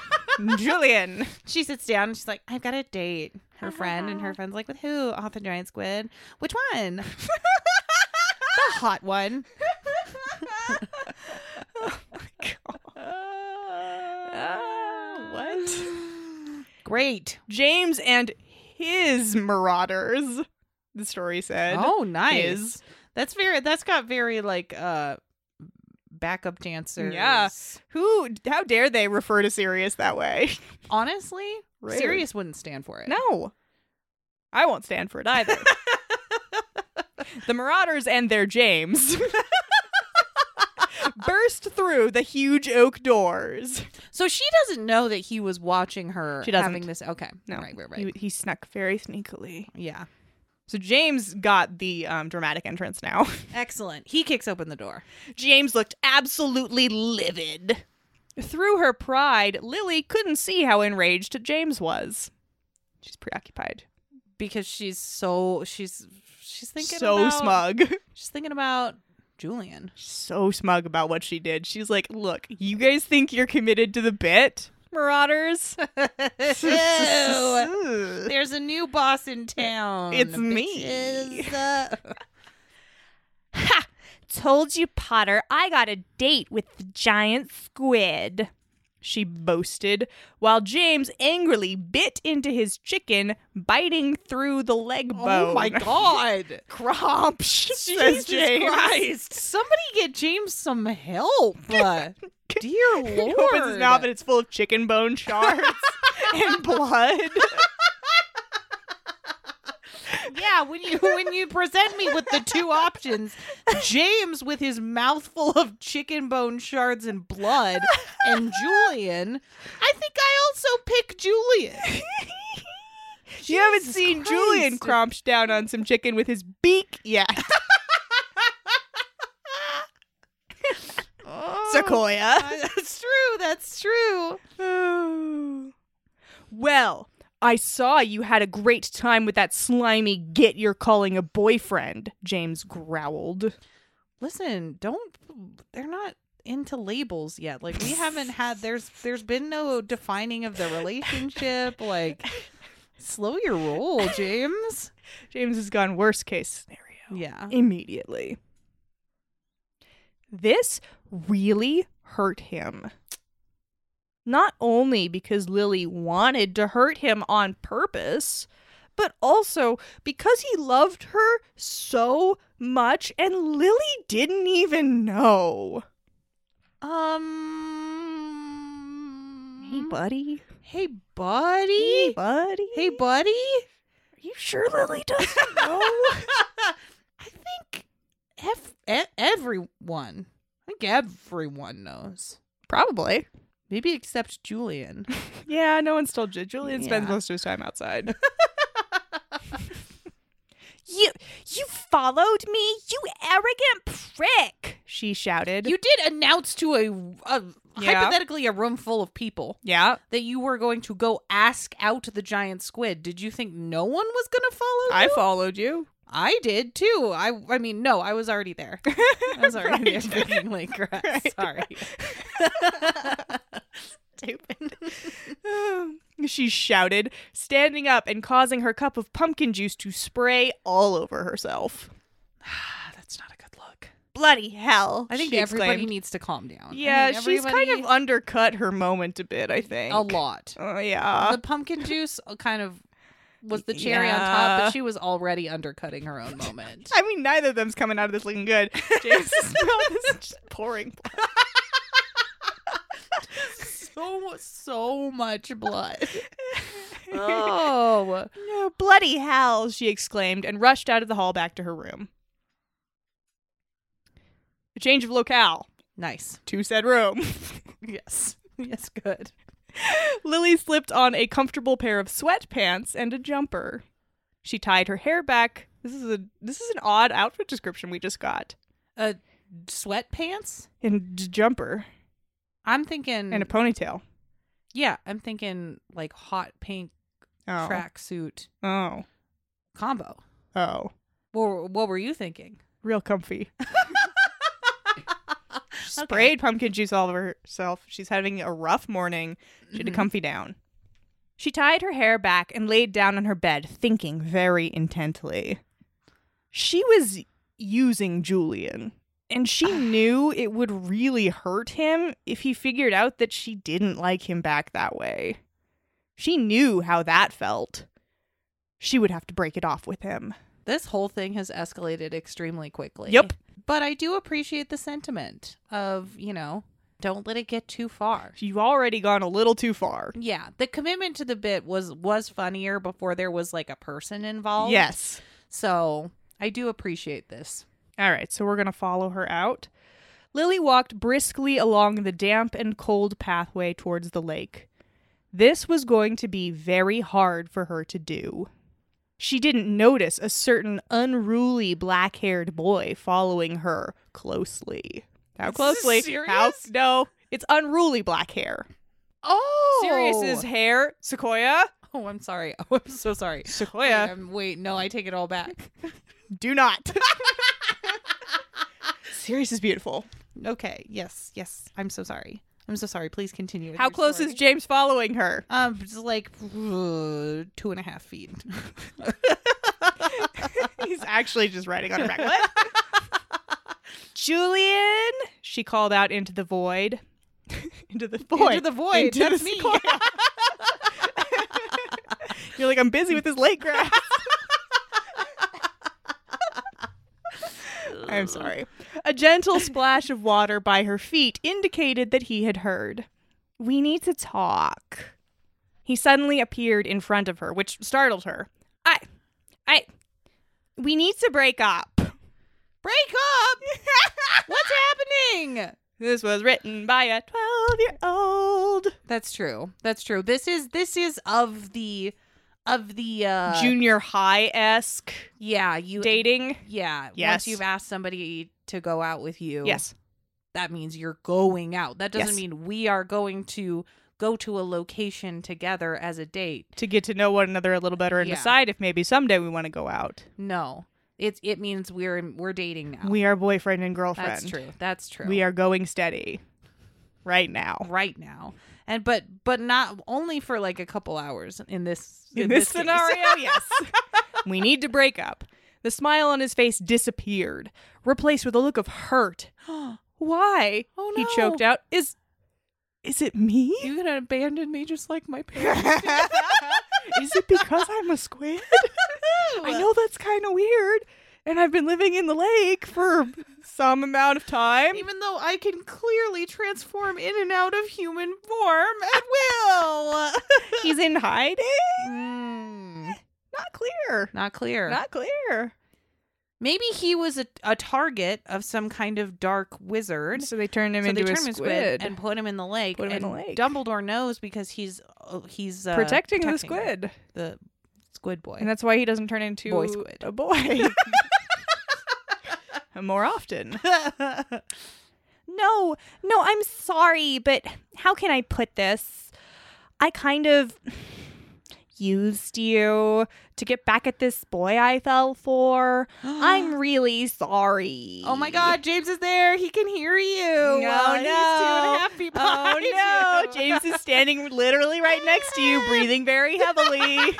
Julian. she sits down and she's like, I've got a date. Her friend and her friend's like, with who? Off the giant squid. Which <laughs> one? the hot one. what? Great. James and his marauders, the story said. oh, nice. is- That's very. That's got very like uh, backup dancers. Yeah. Who, how dare they refer to Sirius that way? Honestly, <laughs> Rude. Sirius wouldn't stand for it. No. I won't stand for <laughs> it either. the Marauders and <laughs> their James burst through the huge oak doors. So she doesn't know that he was watching her. She doesn't. having this. Okay. No, Right. Right. Right. He, he snuck very sneakily. yeah. So James got the um, dramatic entrance now. Excellent. He kicks open the door. James looked absolutely livid. Through her pride, Lily couldn't see how enraged James was. She's preoccupied. because she's so she's she's thinking so about, smug. <laughs> She's thinking about Julian. so smug about what she did. She's like, "Look, you guys think you're committed to the bit, Marauders? <laughs> Ugh. There's a new boss in town. It's me. <laughs> bitches. Uh, ha! Told you, Potter. I got a date with the giant squid." She boasted, while James angrily bit into his chicken, biting through the leg bone. oh my <laughs> god. Cromp, <laughs> says Jesus James. Christ. Somebody get James some help. <laughs> Uh, Dear He Lord. opens his knob and it's full of <laughs> chicken bone shards and blood. yeah, when you when you present me with the two options, James with his mouth full of chicken bone shards and blood, and Julian, I think I also pick Julian. you haven't Jesus seen Christ. Julian cromp down on some chicken with his beak <laughs> yet. Sequoia. Uh, Oh, that's true. That's true. <sighs> well, I saw you had a great time with that slimy git you're calling a boyfriend, James growled. Listen, don't. They're not into labels yet. Like we haven't had. There's there's been no defining of the relationship. Like, slow your roll, James. James has gone worst case scenario. Yeah. Uh-huh. immediately. This really hurt him. Not only because Lily wanted to hurt him on purpose, but also because he loved her so much and Lily didn't even know. Um. buddy. Hey, buddy. Hey, buddy. Hey, buddy. <laughs> are you sure Lily doesn't <laughs> know? I think ev- e- everyone, I think everyone knows. Probably. Maybe except Julian. Yeah, no one's told you. Julian spends Yeah. most of his <laughs> time outside. you you followed me, you arrogant prick, she shouted. You did announce to a, a Yeah. hypothetically a room full of people yeah, that you were going to go ask out the giant squid. Did you think no one was going to follow? <laughs> I you? followed you. I did too. I I mean, no, I was already <laughs> there. I was already Right. there picking late <laughs> grass. Right. Sorry. Stupid. she shouted, standing up and causing her cup of pumpkin juice to spray all over herself. <sighs> That's not a good look. Bloody hell. I think she everybody exclaimed. needs to calm down. I Yeah, think she's kind of everybody- undercut her moment a bit, I think. a lot. Oh yeah. the pumpkin juice kind of was the cherry on top, Yeah. but she was already undercutting her own <laughs> moment. I mean, neither of them's coming out of this <laughs> looking good. James' mouth is <laughs> just pouring blood. so so much blood. oh. <laughs> No, bloody hell, she exclaimed and rushed out of the hall back to her room. A change of locale Nice. to said room. <laughs> Yes. Yes, good. Lily slipped on a comfortable pair of sweatpants and a jumper. She tied her hair back This is a this is an odd outfit description we just got. A Uh, sweatpants? And j- jumper I'm thinking. and a ponytail. yeah, I'm thinking like hot pink Oh. tracksuit Oh. combo. Oh. What, what were you thinking? Real comfy. She Sprayed pumpkin juice all over herself. She's having a rough morning. She had to comfy down. She tied her hair back and laid down on her bed, thinking very intently. She was using Julian, and she knew it would really hurt him if he figured out that she didn't like him back that way. She knew how that felt. She would have to break it off with him. This whole thing has escalated extremely quickly. Yep. But I do appreciate the sentiment of, you know, don't let it get too far. You've already gone a little too far. Yeah, the commitment to the bit was was funnier before there was like a person involved. Yes. So, I do appreciate this. All right, so we're going to follow her out. Lily walked briskly along the damp and cold pathway towards the lake. This was going to be very hard for her to do. She didn't notice a certain unruly black haired boy following her closely. How closely? How? serious? No, it's unruly black hair. Oh, Serious is hair. Sequoia? <laughs> Oh, I'm sorry. <laughs> Oh, I'm so sorry. Wait, Sequoia. I'm- wait, no, I take it all back. <laughs> Do <laughs> not. Sirius is beautiful. okay. Yes. Yes. I'm so sorry. I'm so sorry. Please continue. with How your close story. is James following her? Um, just like uh, two and a half <laughs> feet. He's actually just riding on her back. <laughs> What? Julian, she called out into the void. <laughs> into the void. Into the void. Into That's the me. sequoia. <laughs> You're like, I'm busy with this lake grass. <laughs> I'm sorry. A gentle splash of water by her feet indicated that he had heard. We need to talk. He suddenly appeared in front of her, which startled her. I, I, we need to break up. Break <laughs> up. What's happening? This was written by a 12 year old That's true. That's true. This is this is of the of the uh junior high esque yeah, you dating. yeah, Yes. once you've asked somebody to go out with you, Yes. that means you're going out. That doesn't Yes. mean we are going to go to a location together as a date. To get to know one another a little better and Yeah. decide if maybe someday we want to go out. No. It's it means we're we're dating now. We are boyfriend and girlfriend. Oh. That's true. That's true. We are going steady right now. right now. And but but not only for like a couple hours in this In this, case. scenario, yes. we need to break up. The smile on his face disappeared, replaced with a look <gasps> of hurt. Why? Oh, He choked no. out. Is is it me? You're gonna abandon me just like <laughs> my parents. is it because I'm <laughs> a squid? I know that's kind of weird. And I've been living in the lake for some amount <laughs> of <laughs> time. Even though I can clearly transform in and out of human form at will. <laughs> He's in hiding? Mm, <laughs> Not clear. not clear. Hmm. Not clear. Maybe he was a, a target of some kind of dark wizard. So they turned him So they into a turned him squid. into and put him in the lake. Put him in and the lake. Dumbledore knows because he's uh, he's uh, protecting, the her. squid. the squid boy. And that's why he doesn't turn into Boy squid. a boy. <laughs> More often. <laughs> No, no, I'm sorry, but how can I put this? I kind of used you to get back at this boy I fell <gasps> for. I'm really sorry. Oh my God, James is there. He can hear you. <laughs> Oh no. He's two and a half feet <laughs> Oh behind no! you. James is standing literally right next to you, breathing very <laughs> heavily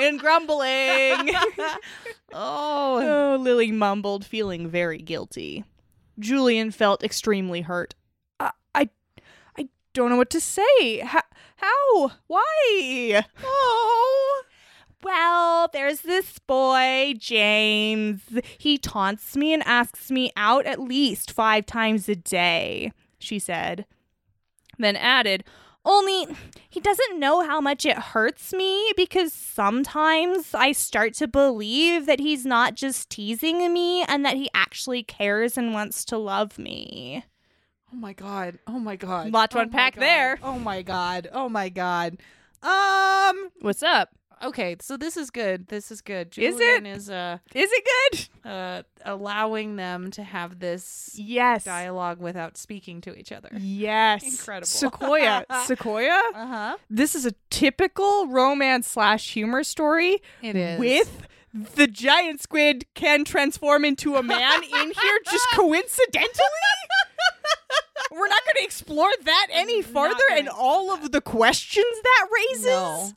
and grumbling. oh, <laughs> Oh, Lily mumbled, feeling very guilty. Julian felt extremely hurt. I, I, I don't know what to say. How? how? Why? Oh. Well, there's this boy, James. He taunts me and asks me out at least five times a day, she said. Then added, only he doesn't know how much it hurts me because sometimes I start to believe that he's not just teasing me and that he actually cares and wants to love me. oh my God. Oh my God. Lot to Oh my unpack God. there. Oh my God. Oh my God. Um, What's up? Okay, so this is good. This is good. Is Julian is, uh, Is it uh, allowing them to have this good? Yes. dialogue without speaking to each other. Yes. Incredible. <laughs> Sequoia. Sequoia? Uh huh. This is a typical romance slash humor story It is with the giant squid can transform into a <laughs> man in here just coincidentally? We're not going to explore that any Not farther gonna and all of the questions that raises. no,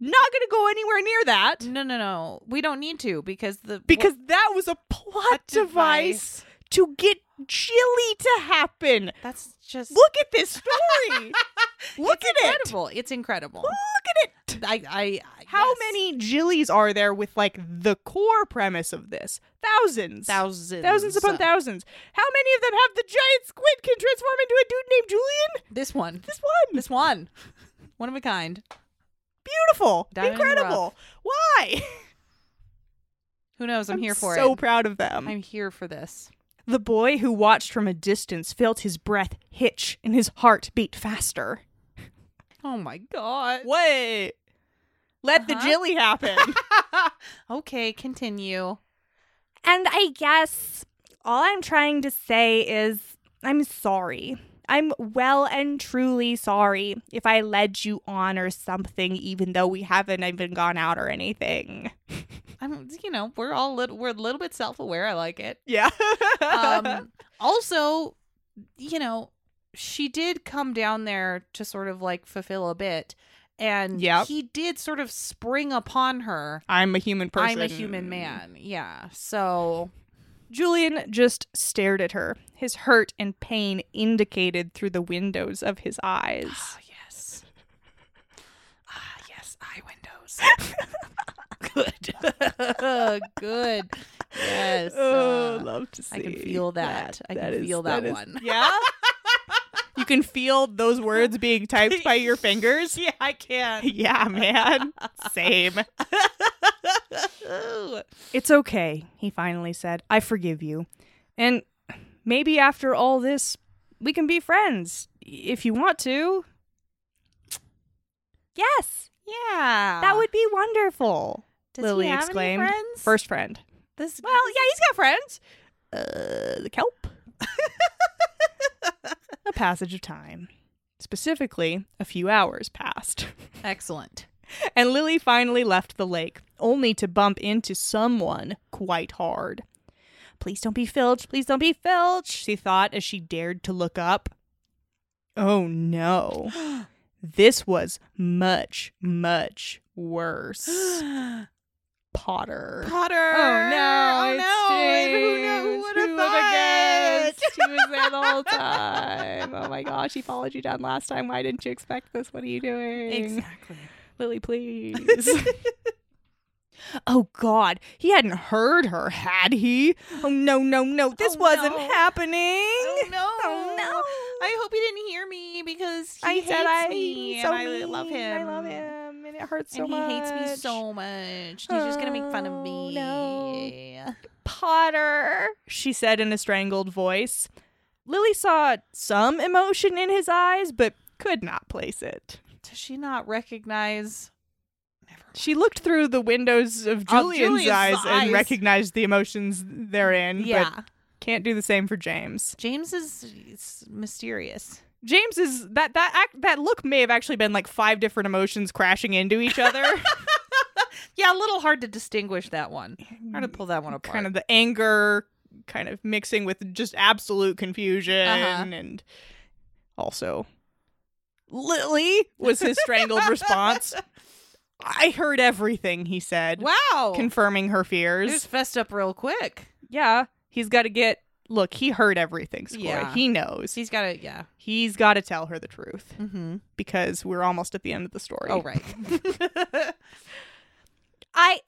Not going to go anywhere near that no, no, no. We don't need to because the because that was a plot what device to get Chili to happen. That's just Look at <laughs> this story. Look at it. incredible. It's incredible. Look at it. I, I, I How yes. many Jillies are there with like the core premise of this? Thousands. thousands, Thousands upon thousands. How many of them have the giant squid can transform into a dude named Julian? This one, This one. this one, <laughs> one of a kind. Beautiful. Diamond in the Incredible. Why? Who knows? I'm, here for so it. proud of them. I'm here for this. The boy who watched from a distance felt his breath hitch and his heart beat faster. Oh my god. Wait. Let the Uh-huh. <laughs> Jilly happen. okay, continue. And I guess all I'm trying to say is I'm sorry. I'm well and truly sorry if I led you on or something, even though we haven't even gone out or anything. I'm, you know, we're all lit- we're a little bit self aware. I like it. Yeah. Um, <laughs> also, you know, she did come down there to sort of like fulfill a bit, and Yep. he did sort of spring upon her. <laughs> I'm a human I'm a human man. Yeah. <sighs> So Julian just stared at her, his hurt and pain indicated through the windows of his eyes. Ah, yes. Ah, yes. Eye <laughs> windows. Good. <laughs> Good. Yes. <sighs> Oh, uh, love to see. I can feel that. I can feel that is- one. Yeah. you can feel those words being typed by your fingers. <laughs> Yeah, I can. Yeah, man. Same. Ooh. It's okay, he finally said. I forgive you. And maybe after all this, we can be friends if you want to. Yes, Yeah. that would be wonderful. Does he Lily have any exclaimed. friends? First friend. This Well, yeah, he's got friends. Uh, the kelp. a passage of time. Specifically, a few hours passed. <laughs> excellent. And Lily finally left the lake, only to bump into someone quite hard. Please don't be Filch, please don't be Filch, she thought as she dared to look up. Oh no. This was much, much worse. Potter. Potter. Oh no! Oh it's no! Who James. knew? Who would Who have would've thought? <laughs> guessed? He was there the whole time. Oh my gosh! He followed you down last time. Why didn't you expect this? What are you doing, Exactly. Lily? Please. <laughs> oh God! He hadn't heard her, had he? Oh no! No! No! This Oh, wasn't no. happening. <laughs> Oh no! <laughs> <laughs> Oh, no. I hope he didn't hear me because he I hates said I me so and I love mean. him. I love him, and it hurts so and he much. hates me so much. He's just gonna make fun of Oh, me. no. Potter, she said in a strangled voice. Lily saw some emotion in his eyes, but could not place it. Does she not recognize? Never. mind. She looked through the windows of Julian's, Julian's eyes, eyes. and recognized the emotions therein, Yeah, Mm, but can't do the same for James. James is is mysterious. James is that that act, that look may have actually been like five different emotions crashing into each other. <laughs> Yeah, a little hard to distinguish that one. Hard to pull that one apart. kind of the anger kind of mixing with just absolute confusion Uh-huh. and also Lily was his <laughs> strangled response. I heard everything he said, wow. confirming her fears. Just fessed up real quick. yeah, he's got to get Look, he heard everything, Scoy. Yeah. He knows. He's got it. Yeah. He's got to tell her the truth Mm-hmm. because we're almost at the end of the story. Oh right. I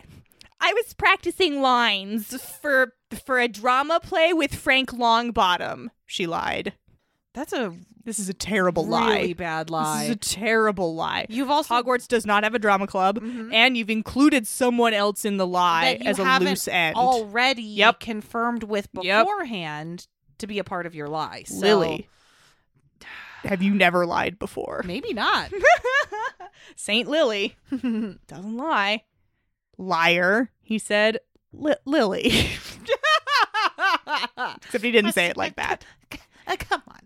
I was practicing lines for for a drama play with Frank Longbottom. She lied. <laughs> That's a This is a terrible really lie. bad lie. This is a terrible lie. You've also Hogwarts does not have a drama club, Mhm. and you've included someone else in the lie That you as a haven't loose end. already Yep. confirmed with Yep. beforehand to be a part of your lie. So <laughs> Lily, have you never lied before? Maybe not. Saint Lily <laughs> doesn't lie. Liar, he said. Li- Lily. <laughs> Except he didn't say it like that. Uh, <laughs> come on.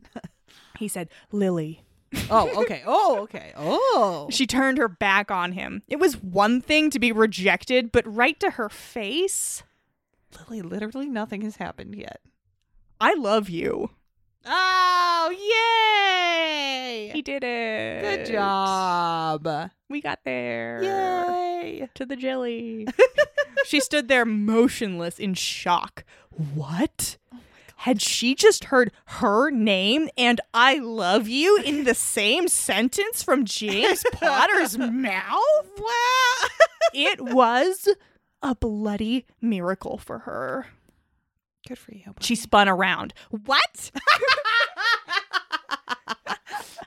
He said, Lily. Oh, okay. Oh, okay. Oh. She turned her back on him. It was one thing to be rejected, but right to her face? Lily, literally nothing has happened yet. I love you. Oh, yay! He did it. Good job. We got there. Yay. To <laughs> the jelly. she stood there motionless in shock. What? Oh Had she just heard her name and I love you in the same sentence <laughs> from James Potter's mouth? Wow. <laughs> It was a bloody miracle for her. Good for you. She spun around. <laughs> What?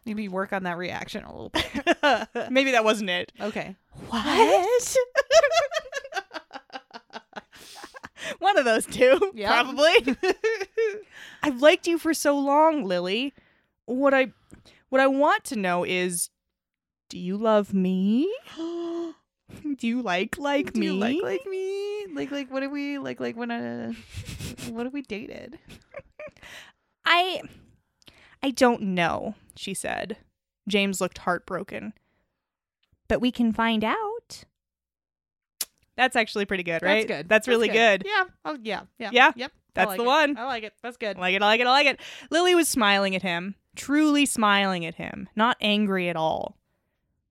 Maybe work on that reaction a little bit. <laughs> Maybe that wasn't it. Okay. What? <laughs> One of those two, Yeah. probably. <gasps> I've liked you for so long, Lily. What I what I want to know is do you love me? <laughs> do you like <laughs> like Do me? you like like me? Like like what did we like like when uh what have we dated? I I don't know, she said. James looked heartbroken. But we can find out. That's actually pretty good, That's right? good. That's really good. Yeah. Oh yeah. Yeah. Yeah. Yep. I That's like the it. one. I like it. That's good. I like it, I like it, I like it. Lily was smiling at him, truly smiling at him, not angry at all.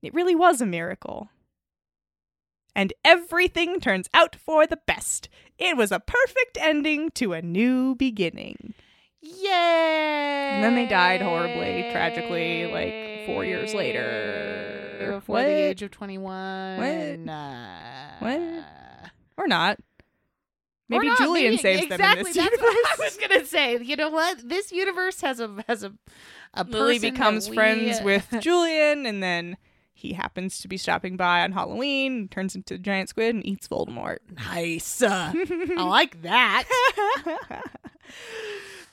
It really was a miracle. And everything turns out for the best. It was a perfect ending to a new beginning. Yay! And then they died horribly, tragically, like four years later. Before What? the age of 21. Uh, What? Or not. or Maybe not, Julian maybe- saves exactly, them in this that's universe. what <laughs> I was gonna say. You know what? This universe has a has a a Lily person becomes that we- uh, <laughs> friends with Julian, and then he happens to be stopping by on Halloween, turns into a giant squid, and eats Voldemort. Nice. <laughs> Uh, I like that.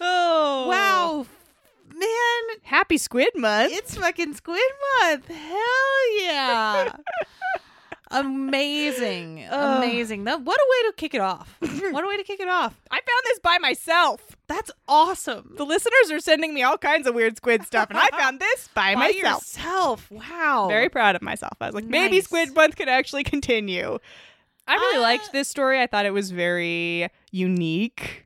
oh wow, man, Happy Squid Month! It's fucking Squid Month. Hell yeah. <laughs> Amazing. Ugh. Amazing. That, what a way to kick it <laughs> off. what a way to kick it off. I found this by myself. That's awesome. The listeners are sending me all kinds of weird squid stuff, <laughs> and I found this by, By myself. yourself. Wow. Very proud of myself. I was like, maybe Nice. Squid Month could actually continue. I really Uh, liked this story. I thought it was very unique.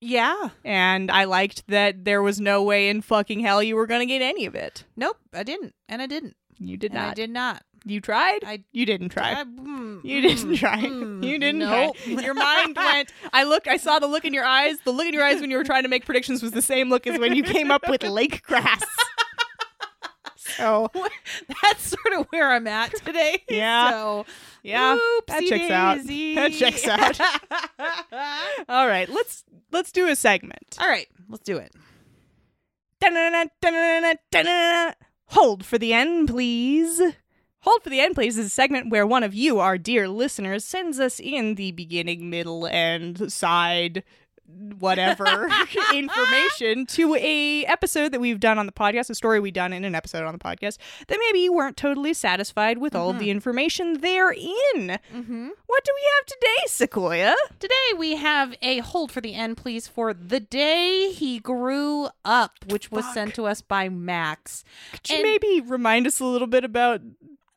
Yeah. And I liked that there was no way in fucking hell you were going to get any of it. Nope. I didn't. And I didn't. You did and I not. did not. You tried? I- you didn't try. I- mm, you didn't mm, try. mm, <laughs> you didn't nope. try. Hmm. Your <laughs> mind went. I looked. I saw the look in your eyes. The look in your eyes when you were trying to make predictions was the same look as when you came up with lake grass. <laughs> So That's sort of where I'm at today. <laughs> Yeah. So, yeah, that checks out. oopsie <laughs> That checks out. daisy. All right, let's let's do a segment. All right. Let's do it. Dun-dun-dun, dun-dun-dun, dun-dun-dun. Hold for the end, please. Hold for the end, please is a segment where one of you, our dear listeners, sends us in the beginning, middle, and side <laughs> whatever information to a episode that we've done on the podcast, a story we've done in an episode on the podcast that maybe you weren't totally satisfied with all of the information therein. Mm-hmm. What do we have today, Sequoia? Today we have a hold for the end, please, for the day he grew up, which was Fuck. sent to us by Max. Could you And- maybe remind us a little bit about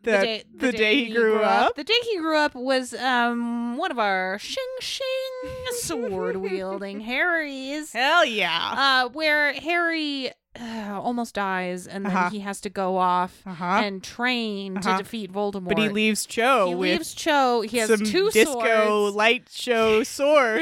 the, the, day, he grew, up? The day he grew up was um one of our shing shing <laughs> sword wielding Harrys. Hell yeah. Uh, where Harry uh, almost dies, and then Uh-huh. he has to go off Uh-huh. and train Uh-huh. to defeat Voldemort. But he leaves Cho He with leaves Cho. He has some two disco swords. light show swords.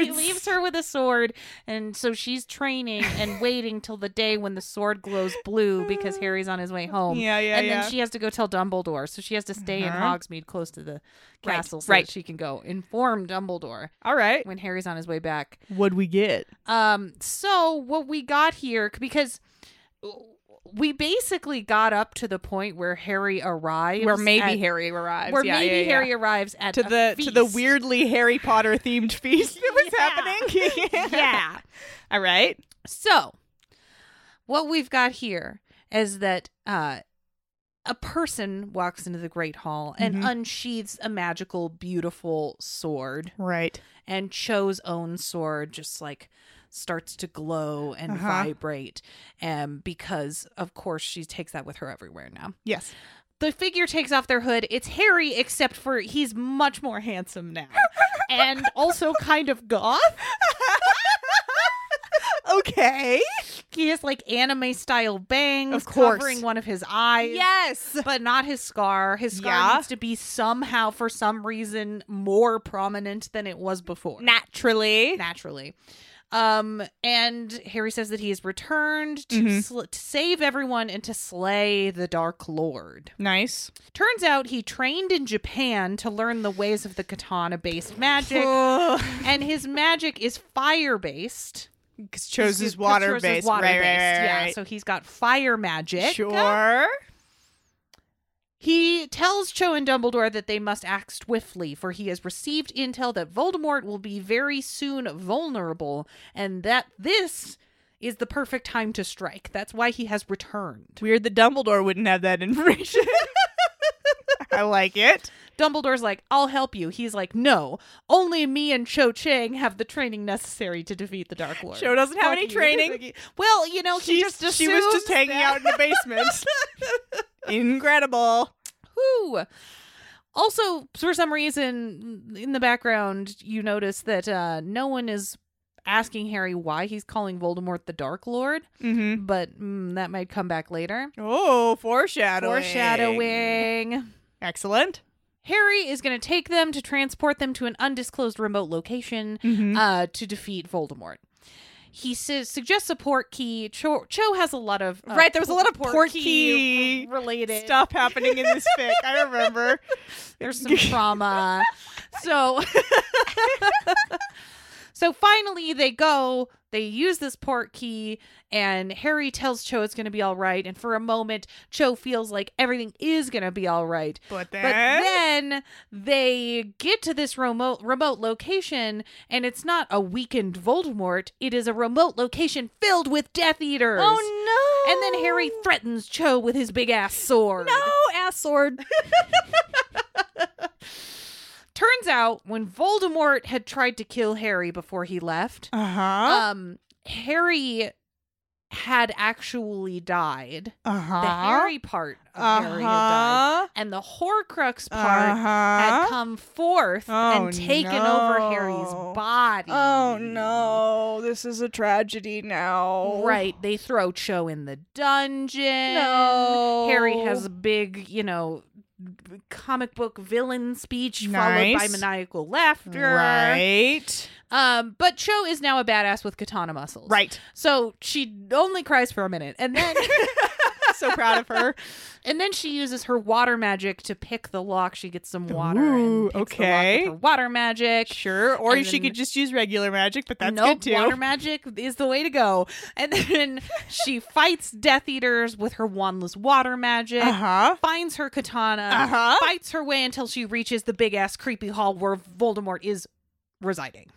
<laughs> He leaves her with a sword, and so she's training <laughs> and waiting till the day when the sword glows blue because Harry's on his way home. Uh, Yeah, yeah, and yeah. then she has to go tell Dumbledore, so she has to stay in Uh-huh. Hogsmeade, close to the Right, castle, so right. that she can go inform Dumbledore All right. when Harry's on his way back. What'd we get? Um, so what we got here because we basically got up to the point where Harry arrives, Where maybe at- Harry arrives. where Yeah, maybe yeah, yeah. Harry arrives at to a the to the feast. <laughs> weirdly Harry Potter themed feast that was Yeah. happening. <laughs> yeah. All right. So, what we've got here is that uh, a person walks into the great hall and Mm-hmm. unsheathes a magical, beautiful sword. Right. and Cho's own sword just like starts to glow and Uh-huh. vibrate um because of course she takes that with her everywhere now. Yes. The figure takes off their hood. It's Harry except for he's much more handsome <laughs> now and also kind of goth. Okay. He has like anime style bangs Of course. covering one of his eyes. Yes. But not his scar. His scar Yeah. needs to be somehow, for some reason, more prominent than it was before. Naturally. naturally. Um, and Harry says that he is returned to, Mhm. sl- to save everyone and to slay the Dark Lord. Nice. Turns out he trained in Japan to learn the ways of the katana based magic, <laughs> and his magic is fire based. Because chose is water based. Right, right, right, Yeah, right. so he's got fire magic. sure. He tells Cho and Dumbledore that they must act swiftly, for he has received intel that Voldemort will be very soon vulnerable, and that this is the perfect time to strike. That's why he has returned. Weird that Dumbledore wouldn't have that information. <laughs> I like it. Dumbledore's like, I'll help you. He's like, No, only me and Cho Chang have the training necessary to defeat the Dark Lord. Cho doesn't have Fuck any you. training. <laughs> Well, you know, he She's- just she was just assumes hanging that- out in the basement. <laughs> Incredible. Whew. Also, for some reason, in the background, you notice that uh, no one is asking Harry why he's calling Voldemort the Dark Lord, Mm-hmm. but mm, that might come back later. Oh, foreshadowing. Foreshadowing. Excellent. Harry is going to take them to transport them to an undisclosed remote location Mhm. uh, to defeat Voldemort. He says, suggests a port key. Cho, Cho has a lot of uh, Right, there was a lot of port, port key Oh, key related Stuff happening in this fic. I <laughs> remember. There's some trauma. so <laughs> So finally they go, they use this port key and Harry tells Cho it's going to be all right and for a moment Cho feels like everything is going to be all right. But But then, then they get to this remote remote location and it's not a weakened Voldemort, it is a remote location filled with Death Eaters. oh no! And then Harry threatens Cho with his big ass sword. no ass sword. <laughs> Turns out when Voldemort had tried to kill Harry before he left, Uh huh. um Harry had actually died. Uh The huh. Harry part of Uh-huh. Harry had died. Uh huh. And the Horcrux Uh part had huh. come forth Oh, and taken over no. Harry's body. Oh no! This is a tragedy now. Right. They throw Cho in the dungeon. No. Harry has a big, you know, comic book villain speech followed by Nice. maniacal laughter. Right. Um, but Cho is now a badass with katana muscles. Right. So she only cries for a minute, and <laughs> then so proud of her. and then she uses her water magic to pick the lock. She gets some water. Ooh, and picks The okay. lock with her water magic. Sure. Or And she then- could just use regular magic, but that's nope, good too. water magic is the way to go. And <laughs> then she fights Death Eaters with her wandless water magic. Uh huh. Finds her katana, Uh-huh. fights her way until she reaches the big ass creepy hall where Voldemort is residing.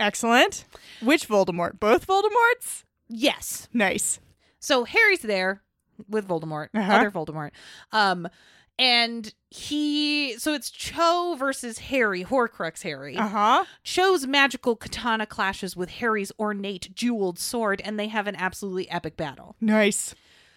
Excellent. Which Voldemort? Both Voldemorts? Yes. Nice. So Harry's there with Voldemort, Uh-huh. other Voldemort. Um and he so it's Cho versus Harry, Horcrux Harry. Uh huh. Cho's magical katana clashes with Harry's ornate jeweled sword and they have an absolutely epic battle. Nice.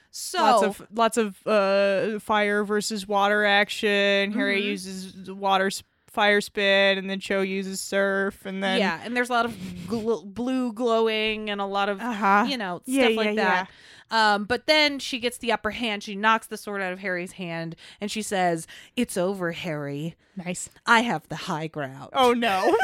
So Lots of lots of uh, fire versus water action. Harry Mhm. uses water s- fire spin, and then Cho uses surf, and then yeah, and there's a lot of gl- blue glowing and a lot of Uh huh. you know, Yeah, stuff like yeah, that. Um, but then she gets the upper hand. She knocks the sword out of Harry's hand and she says, "It's over, Harry. Nice. I have the high ground." Oh <laughs> no.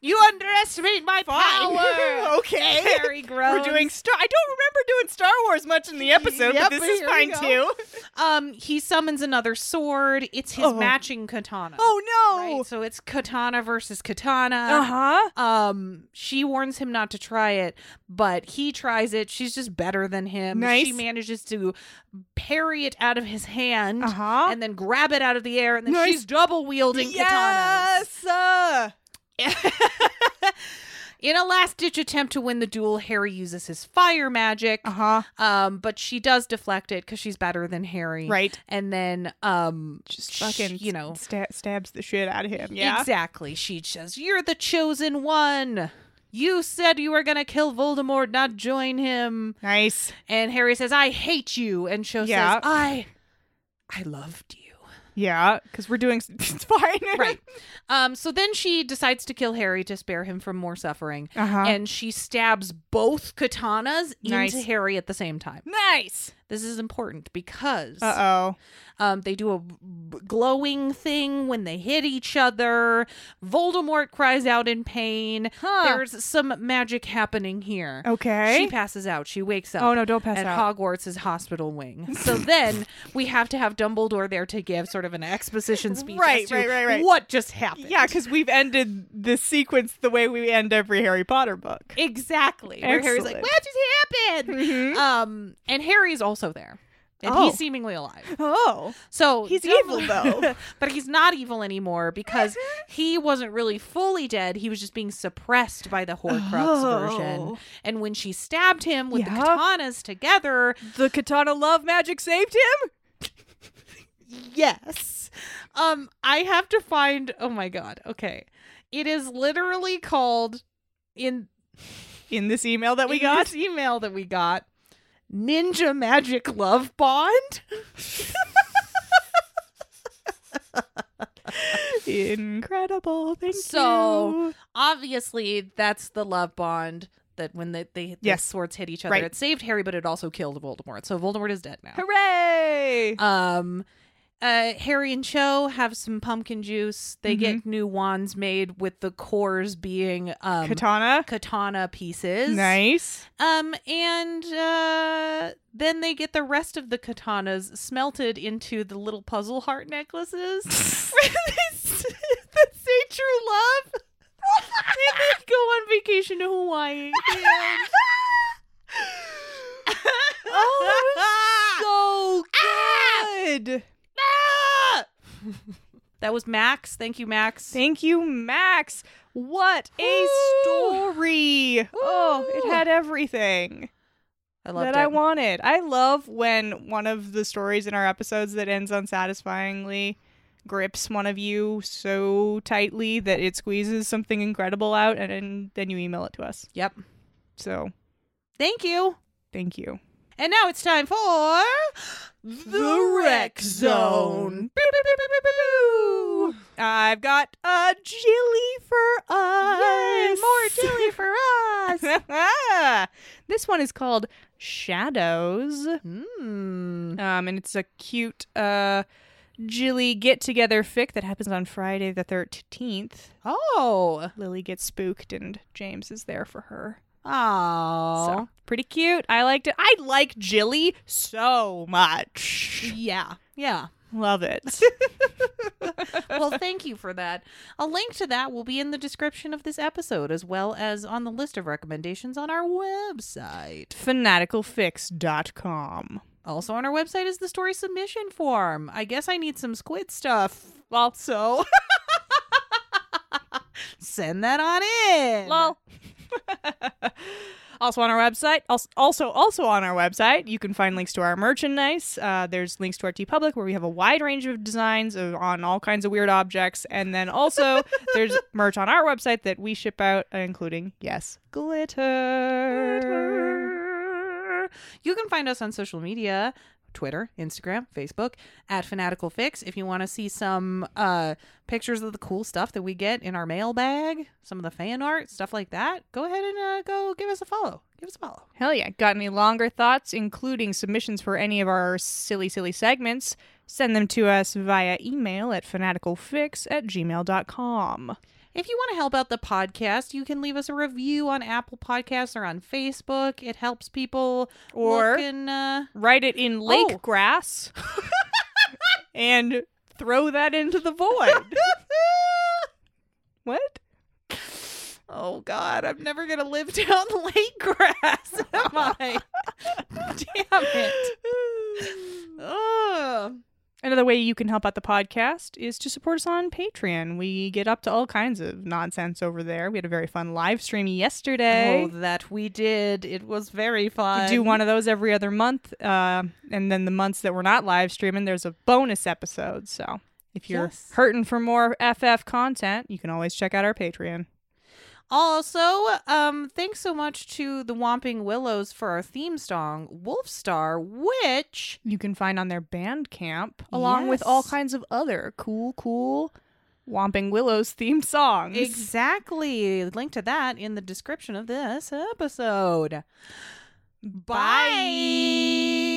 You underestimate my <laughs> power. okay. Harry groans. <laughs> We're doing Star. I don't remember doing Star Wars much in the episode, Yep, but this is here we fine go. <laughs> too. Um, he summons another sword. It's his Oh. matching katana. Oh Uh-huh. right. So it's katana versus katana. huh. Um, she warns him not to try it, but he tries it. She's just better than him. She Nice. manages to parry it out of his hand Uh huh. and then grab it out of the air, and then Nice. uh-huh. she's double wielding katanas. Yes. Uh, In a last ditch attempt to win the duel, Harry uses his fire magic, Uh huh. um, but she does deflect it because she's better than Harry. Right. And then, um, Just sh- fucking, you know, sta- stabs the shit out of him. Yeah. exactly. She says, "You're the chosen one. You said you were gonna kill Voldemort, not join him." Nice. And Harry says, "I hate you," and Cho Yeah. says, "I, I loved you." Yeah, because we're doing. s- <laughs> It's fine. right. Um, so then she decides to kill Harry to spare him from more suffering. Uh huh. And she stabs both katanas Nice. into Harry at the same time. <laughs> nice. This is important because Uh oh. um, they do a b- glowing thing when they hit each other. Voldemort cries out in pain. Huh. There's some magic happening here. Okay. She passes out. She wakes up oh no! Don't pass at out. Hogwarts' hospital <laughs> wing. So then we have to have Dumbledore there to give sort of an exposition speech Right, as to right, right, right. what just happened. yeah, because we've ended this sequence the way we end every Harry Potter book. exactly. Where Harry's like, Excellent. Mm-hmm. what just happened? Um, and Harry's also there, and Oh. he's seemingly alive. Oh, So He's Dumbledore- <laughs> evil, though. Mm-hmm. but he's not evil anymore because he wasn't really fully dead. He was just being suppressed by the Horcrux version. Oh. And when she stabbed him with the Yeah. katanas together, the katana love magic saved him. Yes. Um, I have to find. Oh my god. Okay, it is literally called in In this email that we in got, this email that we got. Ninja magic love bond. incredible. Thank e-, So- you. Obviously, that's the love bond that when they they the Yes. swords hit each other, Right. it saved Harry, but it also killed Voldemort. So Voldemort is dead now. hooray! Um, uh, Harry and Cho have some pumpkin juice. They get new wands made with the cores being um, katana. katana pieces. Nice. Um, and uh, then they get the rest of the katanas smelted into the little puzzle heart necklaces <laughs> that say true love. and then go on vacation to Hawaii. oh, so good. that was Max. Thank you, Max. Thank you, Max. What a Ooh. story. Oh, it Ooh. had everything I loved that it. I wanted. I love when one of the stories in our episodes that ends unsatisfyingly grips one of you so tightly that it squeezes something incredible out and, and then you email it to us. yep. So, Thank you. thank you. And now it's time for The Rec Zone. I've got a jilly for Yay, us. more <laughs> jelly for us. this one is called Shadows. Mm. Um, and it's a cute uh Jilly get together fic that happens on Friday the thirteenth. Oh. Lily gets spooked and James is there for her. Oh. So pretty cute. I liked it. I like Jilly so <laughs> much. Yeah. Yeah. Love it. Well, thank you for that. A link to that will be in the description of this episode as well as on the list of recommendations on our website. Fanaticalfix.com. Also on our website is the story submission form. I guess I need some squid stuff. Also, <laughs> send that on in. Lol. uh, <laughs> also on our website, als- also also on our website, you can find links to our merchandise. Uh, there's links to our T Public where we have a wide range of designs of, on all kinds of weird objects, and then <laughs> also there's merch on our website that we ship out, uh, including yes, glitter. You can find us on social media Twitter, Instagram, Facebook at Fanatical Fix. If you want to see some uh, pictures of the cool stuff that we get in our mailbag, some of the fan art, stuff like that, go ahead and uh, go give us a follow. Give us a follow. Hell yeah! Got any longer thoughts, including submissions for any of our silly silly segments? Send them to us via email at fanaticalfix at gmail.com. If you want to help out the podcast, you can leave us a review on Apple Podcasts or on Facebook. It helps people. Or- look and, uh, write it in lake Oh. <laughs> grass and throw that into the void. <laughs> what? oh God, I'm never gonna live <laughs> down lake grass, <laughs> am <laughs> I? Damn it. Ugh. And Another way you can help out the podcast is to support us on Patreon. We get up to all kinds of nonsense over there. We had a very fun live stream yesterday. Oh, that we did. It was very We fun. do one of those every other month. Uh, and then the months that we're not live streaming, there's a bonus episode. So if you're Yes. hurting for more FF content, you can always check out our Patreon. Also, um, thanks so much to the Whomping Willows for our theme song, Wolf Star, which You can find on their Bandcamp, along with Yes. all kinds of other cool, cool Whomping Willows themed songs. exactly link to that in the description of this episode. Bye.